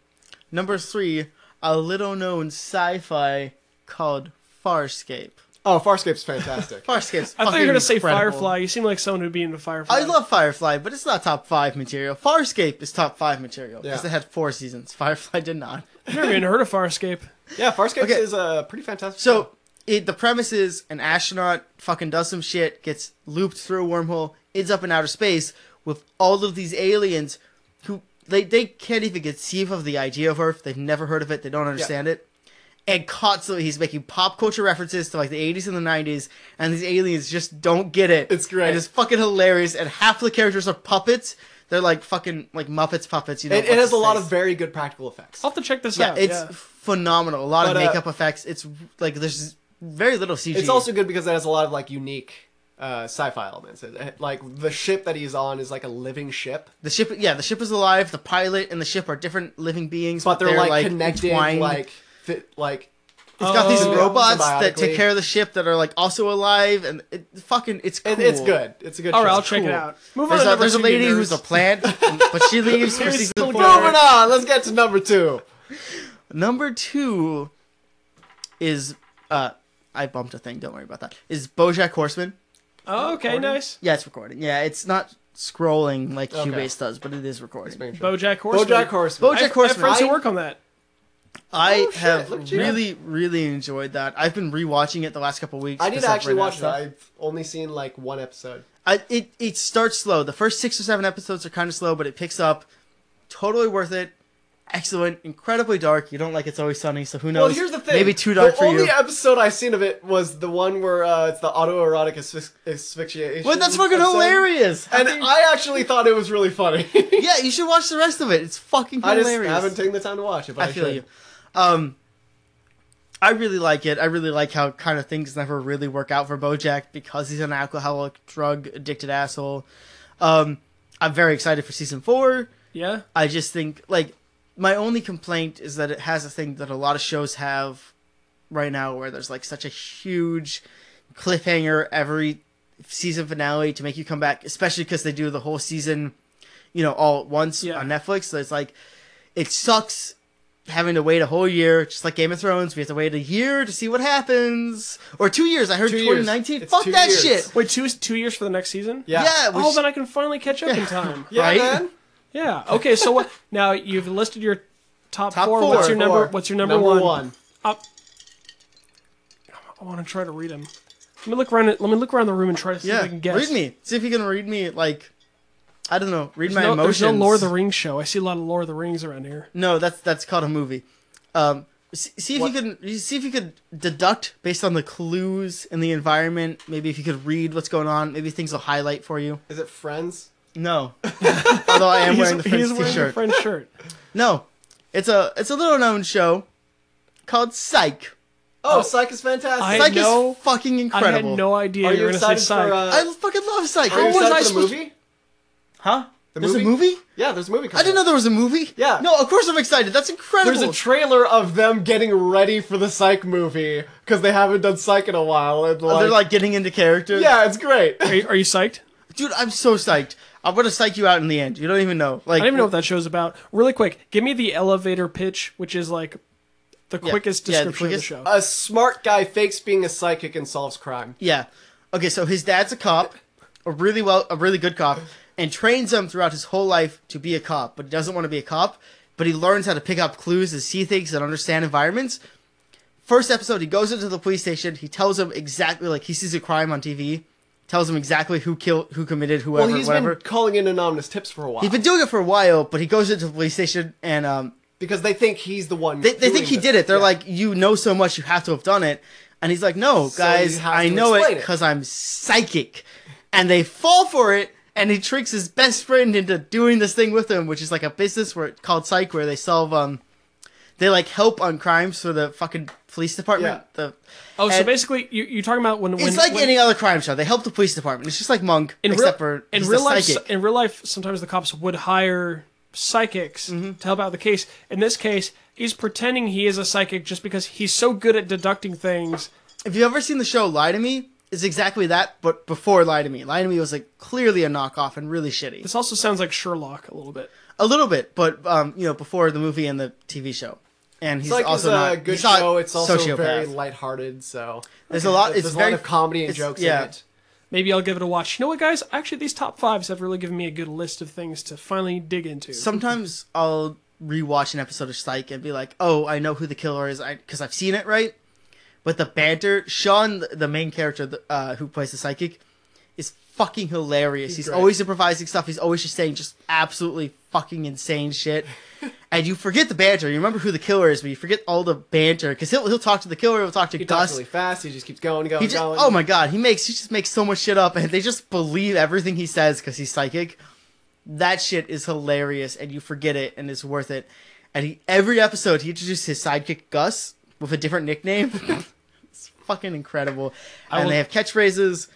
Speaker 1: Number three, a little-known sci-fi called Farscape.
Speaker 2: oh farscape's fantastic
Speaker 1: Farscape's.
Speaker 3: I thought you were
Speaker 1: fucking
Speaker 3: gonna say
Speaker 1: incredible.
Speaker 3: Firefly. You seem like someone who'd be into Firefly.
Speaker 1: I love Firefly, but it's not top five material. Farscape is top five material because
Speaker 2: Yeah.
Speaker 1: it had four seasons. Firefly did not.
Speaker 3: I've never even heard of Farscape.
Speaker 2: yeah farscape
Speaker 1: Okay.
Speaker 2: is a uh, pretty fantastic show.
Speaker 1: So it, the premise is an astronaut fucking does some shit, gets looped through a wormhole, ends up in outer space with all of these aliens who they, they can't even conceive of the idea of Earth. They've never heard of it. They don't understand it. And constantly he's making pop culture references to like the 80s and the 90s, and these aliens just don't get it.
Speaker 2: It's great.
Speaker 1: And it's fucking hilarious. And half the characters are puppets. They're like fucking like Muppets puppets. You know.
Speaker 2: it, it has a lot of
Speaker 1: very
Speaker 2: very good practical effects
Speaker 3: I'll have to check this
Speaker 1: yeah,
Speaker 3: out.
Speaker 1: it's
Speaker 3: yeah.
Speaker 1: phenomenal. A lot
Speaker 2: But,
Speaker 1: of
Speaker 2: uh,
Speaker 1: makeup effects. It's like there's very little CG.
Speaker 2: it's also good because it has a lot of like unique uh, sci-fi elements. It- it- Like the ship that he's on is like a living ship,
Speaker 1: The ship, yeah, the ship is alive. The pilot and the ship are different living beings,
Speaker 2: but they're, like,
Speaker 1: like
Speaker 2: connected,
Speaker 1: entwined.
Speaker 2: like fi- like
Speaker 1: It's got these
Speaker 3: Oh.
Speaker 1: robots that
Speaker 2: Symbiotically.
Speaker 1: take care of the ship that are like also alive, and it fucking it's cool.
Speaker 2: it, it's good. It's a good.
Speaker 3: All right,
Speaker 2: show.
Speaker 3: I'll check it
Speaker 1: Cool.
Speaker 3: out. Move
Speaker 1: There's a,
Speaker 3: on. to number
Speaker 1: there's a
Speaker 3: two,
Speaker 1: lady
Speaker 3: you
Speaker 1: who's a
Speaker 3: nerds.
Speaker 1: plant, but she leaves for
Speaker 3: You're
Speaker 1: season
Speaker 3: so
Speaker 1: four.
Speaker 3: dumb.
Speaker 2: Moving on. Let's get to number two.
Speaker 1: Number two is uh, I bumped a thing. Don't worry about that. Is BoJack Horseman?
Speaker 3: Oh, okay, nice.
Speaker 1: Yeah, it's recording. Yeah, it's not scrolling like
Speaker 2: Okay.
Speaker 1: Cubase does, but it is recording.
Speaker 3: BoJack Horseman.
Speaker 2: BoJack Horseman.
Speaker 1: BoJack
Speaker 3: I, I have
Speaker 1: Horseman.
Speaker 3: friends who
Speaker 2: I-
Speaker 3: work on that.
Speaker 1: I
Speaker 2: Oh, shit,
Speaker 1: have
Speaker 2: look at you.
Speaker 1: really, really enjoyed that. I've been rewatching it the last couple weeks.
Speaker 2: I need
Speaker 1: 'cause
Speaker 2: to
Speaker 1: I've
Speaker 2: actually
Speaker 1: run out of
Speaker 2: watch it.
Speaker 1: stuff.
Speaker 2: I've only seen like one episode.
Speaker 1: I, it it starts slow. The first six or seven episodes are kind of slow, but it picks up. Totally worth it. Excellent, incredibly dark. You don't like It's Always Sunny, so who knows?
Speaker 2: Well, here's the thing.
Speaker 1: Maybe too dark
Speaker 2: the
Speaker 1: for
Speaker 2: only
Speaker 1: you.
Speaker 2: episode I've seen of it was the one where uh, it's the autoerotic asphyx- asphyxiation.
Speaker 1: Well, that's fucking
Speaker 2: episode.
Speaker 1: hilarious.
Speaker 2: And
Speaker 1: How do you-
Speaker 2: I actually thought it was really funny.
Speaker 1: yeah, you should watch the rest of it. It's fucking
Speaker 2: I just
Speaker 1: hilarious.
Speaker 2: haven't taken the time to watch it. But I,
Speaker 1: I feel
Speaker 2: should.
Speaker 1: you. Um, I really like it. I really like how kind of things never really work out for BoJack because he's an alcoholic, drug addicted asshole. Um, I'm very excited for season four.
Speaker 3: Yeah.
Speaker 1: I just think like my only complaint is that it has a thing that a lot of shows have right now where there's like such a huge cliffhanger every season finale to make you come back, especially because they do the whole season, you know, all at once
Speaker 3: Yeah.
Speaker 1: on Netflix. So it's like it sucks having to wait a whole year, just like Game of Thrones. We have to wait a year to see what happens, or two years. I heard
Speaker 2: Two years.
Speaker 1: 2019.
Speaker 2: It's
Speaker 1: Fuck
Speaker 2: two
Speaker 1: that
Speaker 2: years.
Speaker 1: shit.
Speaker 3: Wait, two two years for the next season?
Speaker 2: Yeah.
Speaker 1: Yeah, we
Speaker 3: Oh,
Speaker 1: sh-
Speaker 3: then I can finally catch up in time.
Speaker 2: Yeah,
Speaker 1: Right?
Speaker 2: man.
Speaker 3: Yeah. Okay. So what? Now you've listed your top,
Speaker 1: Top
Speaker 3: four.
Speaker 1: four.
Speaker 3: What's your number?
Speaker 2: Four.
Speaker 3: What's your number,
Speaker 2: one?
Speaker 3: Up. I want to try to read them. Let me look around. It. Let me look around the room and try to see if
Speaker 1: yeah,
Speaker 3: I can guess.
Speaker 1: read me. See if you can read me. Like, I don't know. Read my
Speaker 3: There's no,
Speaker 1: emotions.
Speaker 3: there's no Lord of the Rings show. I see a lot of Lord of the Rings around here.
Speaker 1: No, that's that's called a movie. Um, see, see if you can see if you could deduct based on the clues in the environment. Maybe if you could read what's going on, maybe things will highlight for you.
Speaker 2: Is it Friends?
Speaker 1: No, although I am wearing the Friends
Speaker 3: he's wearing the
Speaker 1: T-shirt.
Speaker 3: French shirt.
Speaker 1: No, it's a it's a little known show called Psych.
Speaker 2: Oh, Psych is fantastic.
Speaker 3: I-
Speaker 1: Psych
Speaker 3: know-
Speaker 1: is fucking
Speaker 3: I had
Speaker 1: incredible.
Speaker 3: no idea
Speaker 2: Are
Speaker 3: you
Speaker 2: you
Speaker 3: were going to say
Speaker 2: excited
Speaker 3: Psych.
Speaker 2: for? Uh,
Speaker 1: I fucking love Psych.
Speaker 2: are you
Speaker 1: How was
Speaker 2: excited
Speaker 1: I
Speaker 2: for the
Speaker 1: supposed?
Speaker 2: movie?
Speaker 1: Huh?
Speaker 2: The
Speaker 1: There's
Speaker 2: movie?
Speaker 1: a movie?
Speaker 2: Yeah, there's a movie. Coming
Speaker 1: I didn't know
Speaker 2: out.
Speaker 1: there was a movie.
Speaker 2: Yeah.
Speaker 1: No, of course I'm excited. That's incredible.
Speaker 2: There's a trailer of them getting ready for the Psych movie because they haven't done Psych in a while. And like,
Speaker 1: They're like getting into character.
Speaker 2: yeah, it's great.
Speaker 3: are, you, are you psyched?
Speaker 1: Dude, I'm so psyched. I'm gonna psych you out in the end. You don't even know. Like
Speaker 3: I don't even know what that show's about. Really quick, give me the elevator pitch, which is like the quickest
Speaker 1: Yeah, the
Speaker 3: description
Speaker 1: quickest-
Speaker 3: of the show.
Speaker 2: a smart guy fakes being a psychic and solves crime.
Speaker 1: Yeah. Okay, so his dad's a cop, a really well, a really good cop, and trains him throughout his whole life to be a cop. But he doesn't want to be a cop. But he learns how to pick up clues and see things and understand environments. First episode, he goes into the police station. He tells him exactly like he sees a crime on TV, tells him exactly who killed, who committed, whoever,
Speaker 2: Well, he's
Speaker 1: whatever.
Speaker 2: been calling in anonymous tips for a while
Speaker 1: He's been doing it for a while, but he goes into the police station and um,
Speaker 2: because they think he's the one.
Speaker 1: they, they think he did it. They're like, you know so much, you have to have done it. And he's like, no,
Speaker 2: So
Speaker 1: guys,
Speaker 2: you have
Speaker 1: I
Speaker 2: to
Speaker 1: know it
Speaker 2: explain it."
Speaker 1: because I'm psychic. And they fall for it, and he tricks his best friend into doing this thing with him, which is like a business where called Psych, where they solve um, they like help on crimes for the fucking police department. The
Speaker 3: Oh, so
Speaker 1: and-
Speaker 3: basically, you, you're talking about when, when
Speaker 1: it's like
Speaker 3: when,
Speaker 1: any other crime show. They help the police department. It's just like Monk,
Speaker 3: in real,
Speaker 1: except for
Speaker 3: in
Speaker 1: he's
Speaker 3: real
Speaker 1: a
Speaker 3: life,
Speaker 1: psychic.
Speaker 3: in real life, sometimes the cops would hire psychics
Speaker 1: Mm-hmm.
Speaker 3: to help out the case. In this case, he's pretending he is a psychic just because he's so good at deducting things.
Speaker 1: if you've ever seen the show Lie to Me, it's exactly that, but before Lie to Me. Lie to Me was like clearly a knockoff and really shitty.
Speaker 3: This also sounds like Sherlock a little bit.
Speaker 1: A little bit, but um, you know, before the movie and the TV show, and he's
Speaker 2: Psych
Speaker 1: also
Speaker 2: is
Speaker 1: not
Speaker 2: a good
Speaker 1: he's not
Speaker 2: show. It's also
Speaker 1: sociopath.
Speaker 2: very lighthearted, so
Speaker 1: There's a lot. It's
Speaker 2: there's a
Speaker 1: very
Speaker 2: lot of comedy and
Speaker 1: it's-
Speaker 2: jokes
Speaker 1: yeah.
Speaker 2: in it.
Speaker 3: Maybe I'll give it a watch. You know what, guys? Actually, these top fives have really given me a good list of things to finally dig into.
Speaker 1: Sometimes I'll rewatch an episode of Psych and be like, "Oh, I know who the killer is," because I've seen it, right? But the banter, Sean, the- the main character the- uh, who plays the psychic, is fucking hilarious. He's,
Speaker 2: great.
Speaker 1: always improvising stuff. He's always just saying just absolutely fucking insane shit. and you forget the banter. You remember who the killer is, but you forget all the banter because he'll he'll talk to the killer. He'll talk to
Speaker 2: He talks
Speaker 1: Gus.
Speaker 2: really fast. He just keeps going, going,
Speaker 1: He just,
Speaker 2: going.
Speaker 1: oh my god, he makes he just makes so much shit up, and they just believe everything he says because he's psychic. That shit is hilarious, and you forget it, and it's worth it. And he every episode he introduces his sidekick Gus with a different nickname. it's fucking incredible, and
Speaker 3: will-
Speaker 1: they have catchphrases.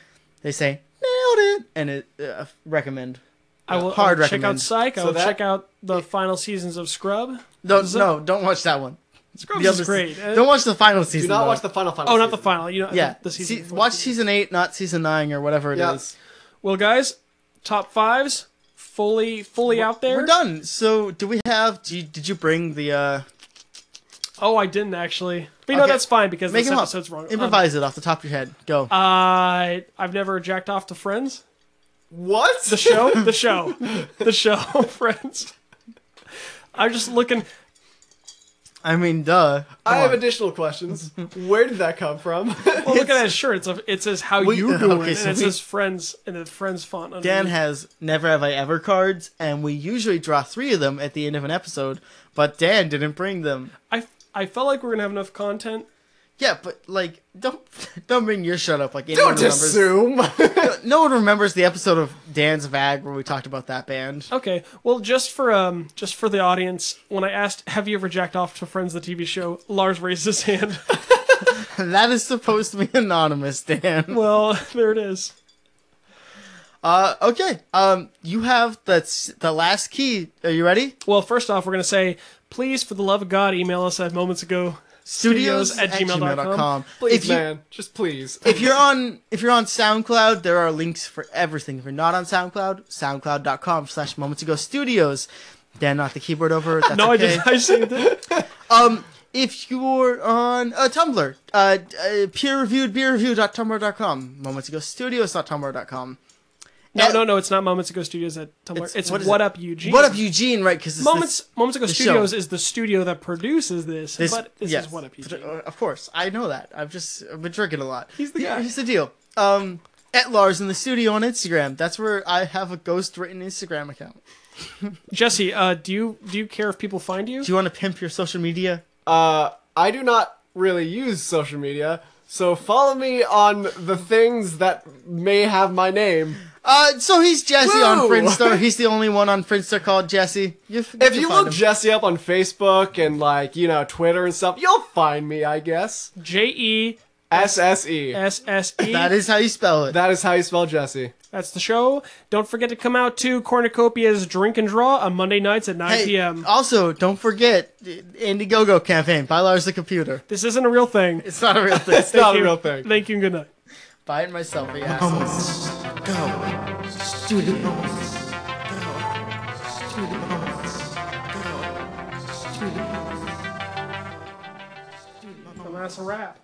Speaker 1: they say nailed it, and it uh, recommend.
Speaker 3: I will
Speaker 1: hard
Speaker 3: I will check
Speaker 1: recommend.
Speaker 3: out Psych. I
Speaker 2: So
Speaker 3: will
Speaker 2: that-
Speaker 3: check out the final seasons of Scrub.
Speaker 1: No, no, don't watch that one.
Speaker 3: Scrub
Speaker 1: The
Speaker 3: is
Speaker 1: other
Speaker 3: great.
Speaker 1: se-
Speaker 3: Uh,
Speaker 1: Don't watch the final season.
Speaker 2: Do not
Speaker 1: though.
Speaker 2: watch the final final.
Speaker 3: oh, not the
Speaker 2: season.
Speaker 3: final. You know,
Speaker 1: Yeah,
Speaker 3: the season.
Speaker 1: se-
Speaker 3: before.
Speaker 1: watch season eight, not season nine or whatever it is.
Speaker 2: Yeah.
Speaker 3: Well, guys, top fives fully fully out there.
Speaker 1: We're done. So, do we have? Do you, did you bring the? uh
Speaker 3: Oh, I didn't actually. But you know
Speaker 1: Okay.
Speaker 3: that's fine because
Speaker 1: Make
Speaker 3: this
Speaker 1: him up.
Speaker 3: episode's wrong. Um,
Speaker 1: Improvise it off the top of your head. Go.
Speaker 3: Uh, I've never jacked off to Friends.
Speaker 2: What?
Speaker 3: The show, the show, the show, Friends. I'm just looking.
Speaker 1: I mean, duh.
Speaker 2: I
Speaker 1: Come
Speaker 2: have
Speaker 1: on.
Speaker 2: additional questions. Where did that come from?
Speaker 3: Well, look at that shirt. It's a, it says how
Speaker 1: We-
Speaker 3: you doing,
Speaker 1: okay, so
Speaker 3: and it
Speaker 1: we-
Speaker 3: says Friends, and the Friends font.
Speaker 1: Dan
Speaker 3: underneath.
Speaker 1: has never have I ever cards, and we usually draw three of them at the end of an episode. But Dan didn't bring them.
Speaker 3: I I felt like we're gonna have enough content.
Speaker 1: Yeah, but like, don't don't bring your shut up. Like, anyone
Speaker 2: Don't
Speaker 1: remembers.
Speaker 2: assume.
Speaker 1: No one remembers the episode of Dan's Vag where we talked about that band.
Speaker 3: Okay, well, just for um, just for the audience, when I asked, "Have you ever jacked off to Friends?" the TV show, Lars raised his hand. Uh,
Speaker 1: that is supposed to be anonymous, Dan.
Speaker 3: well, there it is.
Speaker 1: Uh, okay. Um, you have the s- the last key. Are you ready?
Speaker 3: Well, first off, we're gonna say, please, for the love of God, email us at moments ago. Studios at gmail.com.
Speaker 2: please,
Speaker 1: If you
Speaker 2: man. Just please.
Speaker 1: if you're on if you're on SoundCloud, there are links for everything. If you're not on SoundCloud, soundcloud.com slash moments ago studios. Dan knocked the keyboard over. That's
Speaker 3: No,
Speaker 1: okay.
Speaker 3: I did. I saved it.
Speaker 1: If you're on uh, Tumblr, uh, uh, peerreviewedbeerreview.tumblr.com, moments ago studios.tumblr.com.
Speaker 3: No,
Speaker 1: Uh,
Speaker 3: no, no. It's not Moments Ago Studios at Tumblr. It's,
Speaker 1: what is
Speaker 3: What
Speaker 1: it?
Speaker 3: Up Eugene.
Speaker 1: What up, Eugene? Right, because
Speaker 3: Moments Moments Ago
Speaker 1: the
Speaker 3: Studios
Speaker 1: show.
Speaker 3: is the studio that produces this,
Speaker 1: This,
Speaker 3: but this
Speaker 1: yes.
Speaker 3: is What Up Eugene.
Speaker 1: Uh, Of course, I know that. I've just I've been drinking a lot.
Speaker 3: He's the
Speaker 1: Here-
Speaker 3: guy.
Speaker 1: Here's the deal. Um, at Lars in the studio on Instagram. That's where I have a ghost written Instagram account.
Speaker 3: Jesse, uh, do you do you care if people find you?
Speaker 1: Do you want to pimp your social media?
Speaker 2: Uh, I do not really use social media, so follow me on the things that may have my name.
Speaker 1: Uh, so he's Jesse on
Speaker 2: Whoa!
Speaker 1: Friendster. He's the only one on Friendster called Jesse. You, f-
Speaker 2: If
Speaker 1: can
Speaker 2: you
Speaker 1: find
Speaker 2: look
Speaker 1: him.
Speaker 2: Jesse up on Facebook and like you know Twitter and stuff, you'll find me, I guess.
Speaker 3: J E
Speaker 2: S S E.
Speaker 3: S S E.
Speaker 1: that is how you spell it.
Speaker 2: That is how you spell Jesse.
Speaker 3: That's the show. Don't forget to come out to Cornucopia's Drink and Draw on Monday nights at 9
Speaker 1: Hey, uh,
Speaker 3: p.m.
Speaker 1: Also, don't forget the Indiegogo campaign by Lars the Computer.
Speaker 3: This isn't a real thing.
Speaker 1: It's not a real thing.
Speaker 2: It's not
Speaker 3: Thank
Speaker 2: a
Speaker 3: you.
Speaker 2: real thing.
Speaker 3: Thank you and good night.
Speaker 1: Buy it myself, you asshole.
Speaker 3: that's a wrap.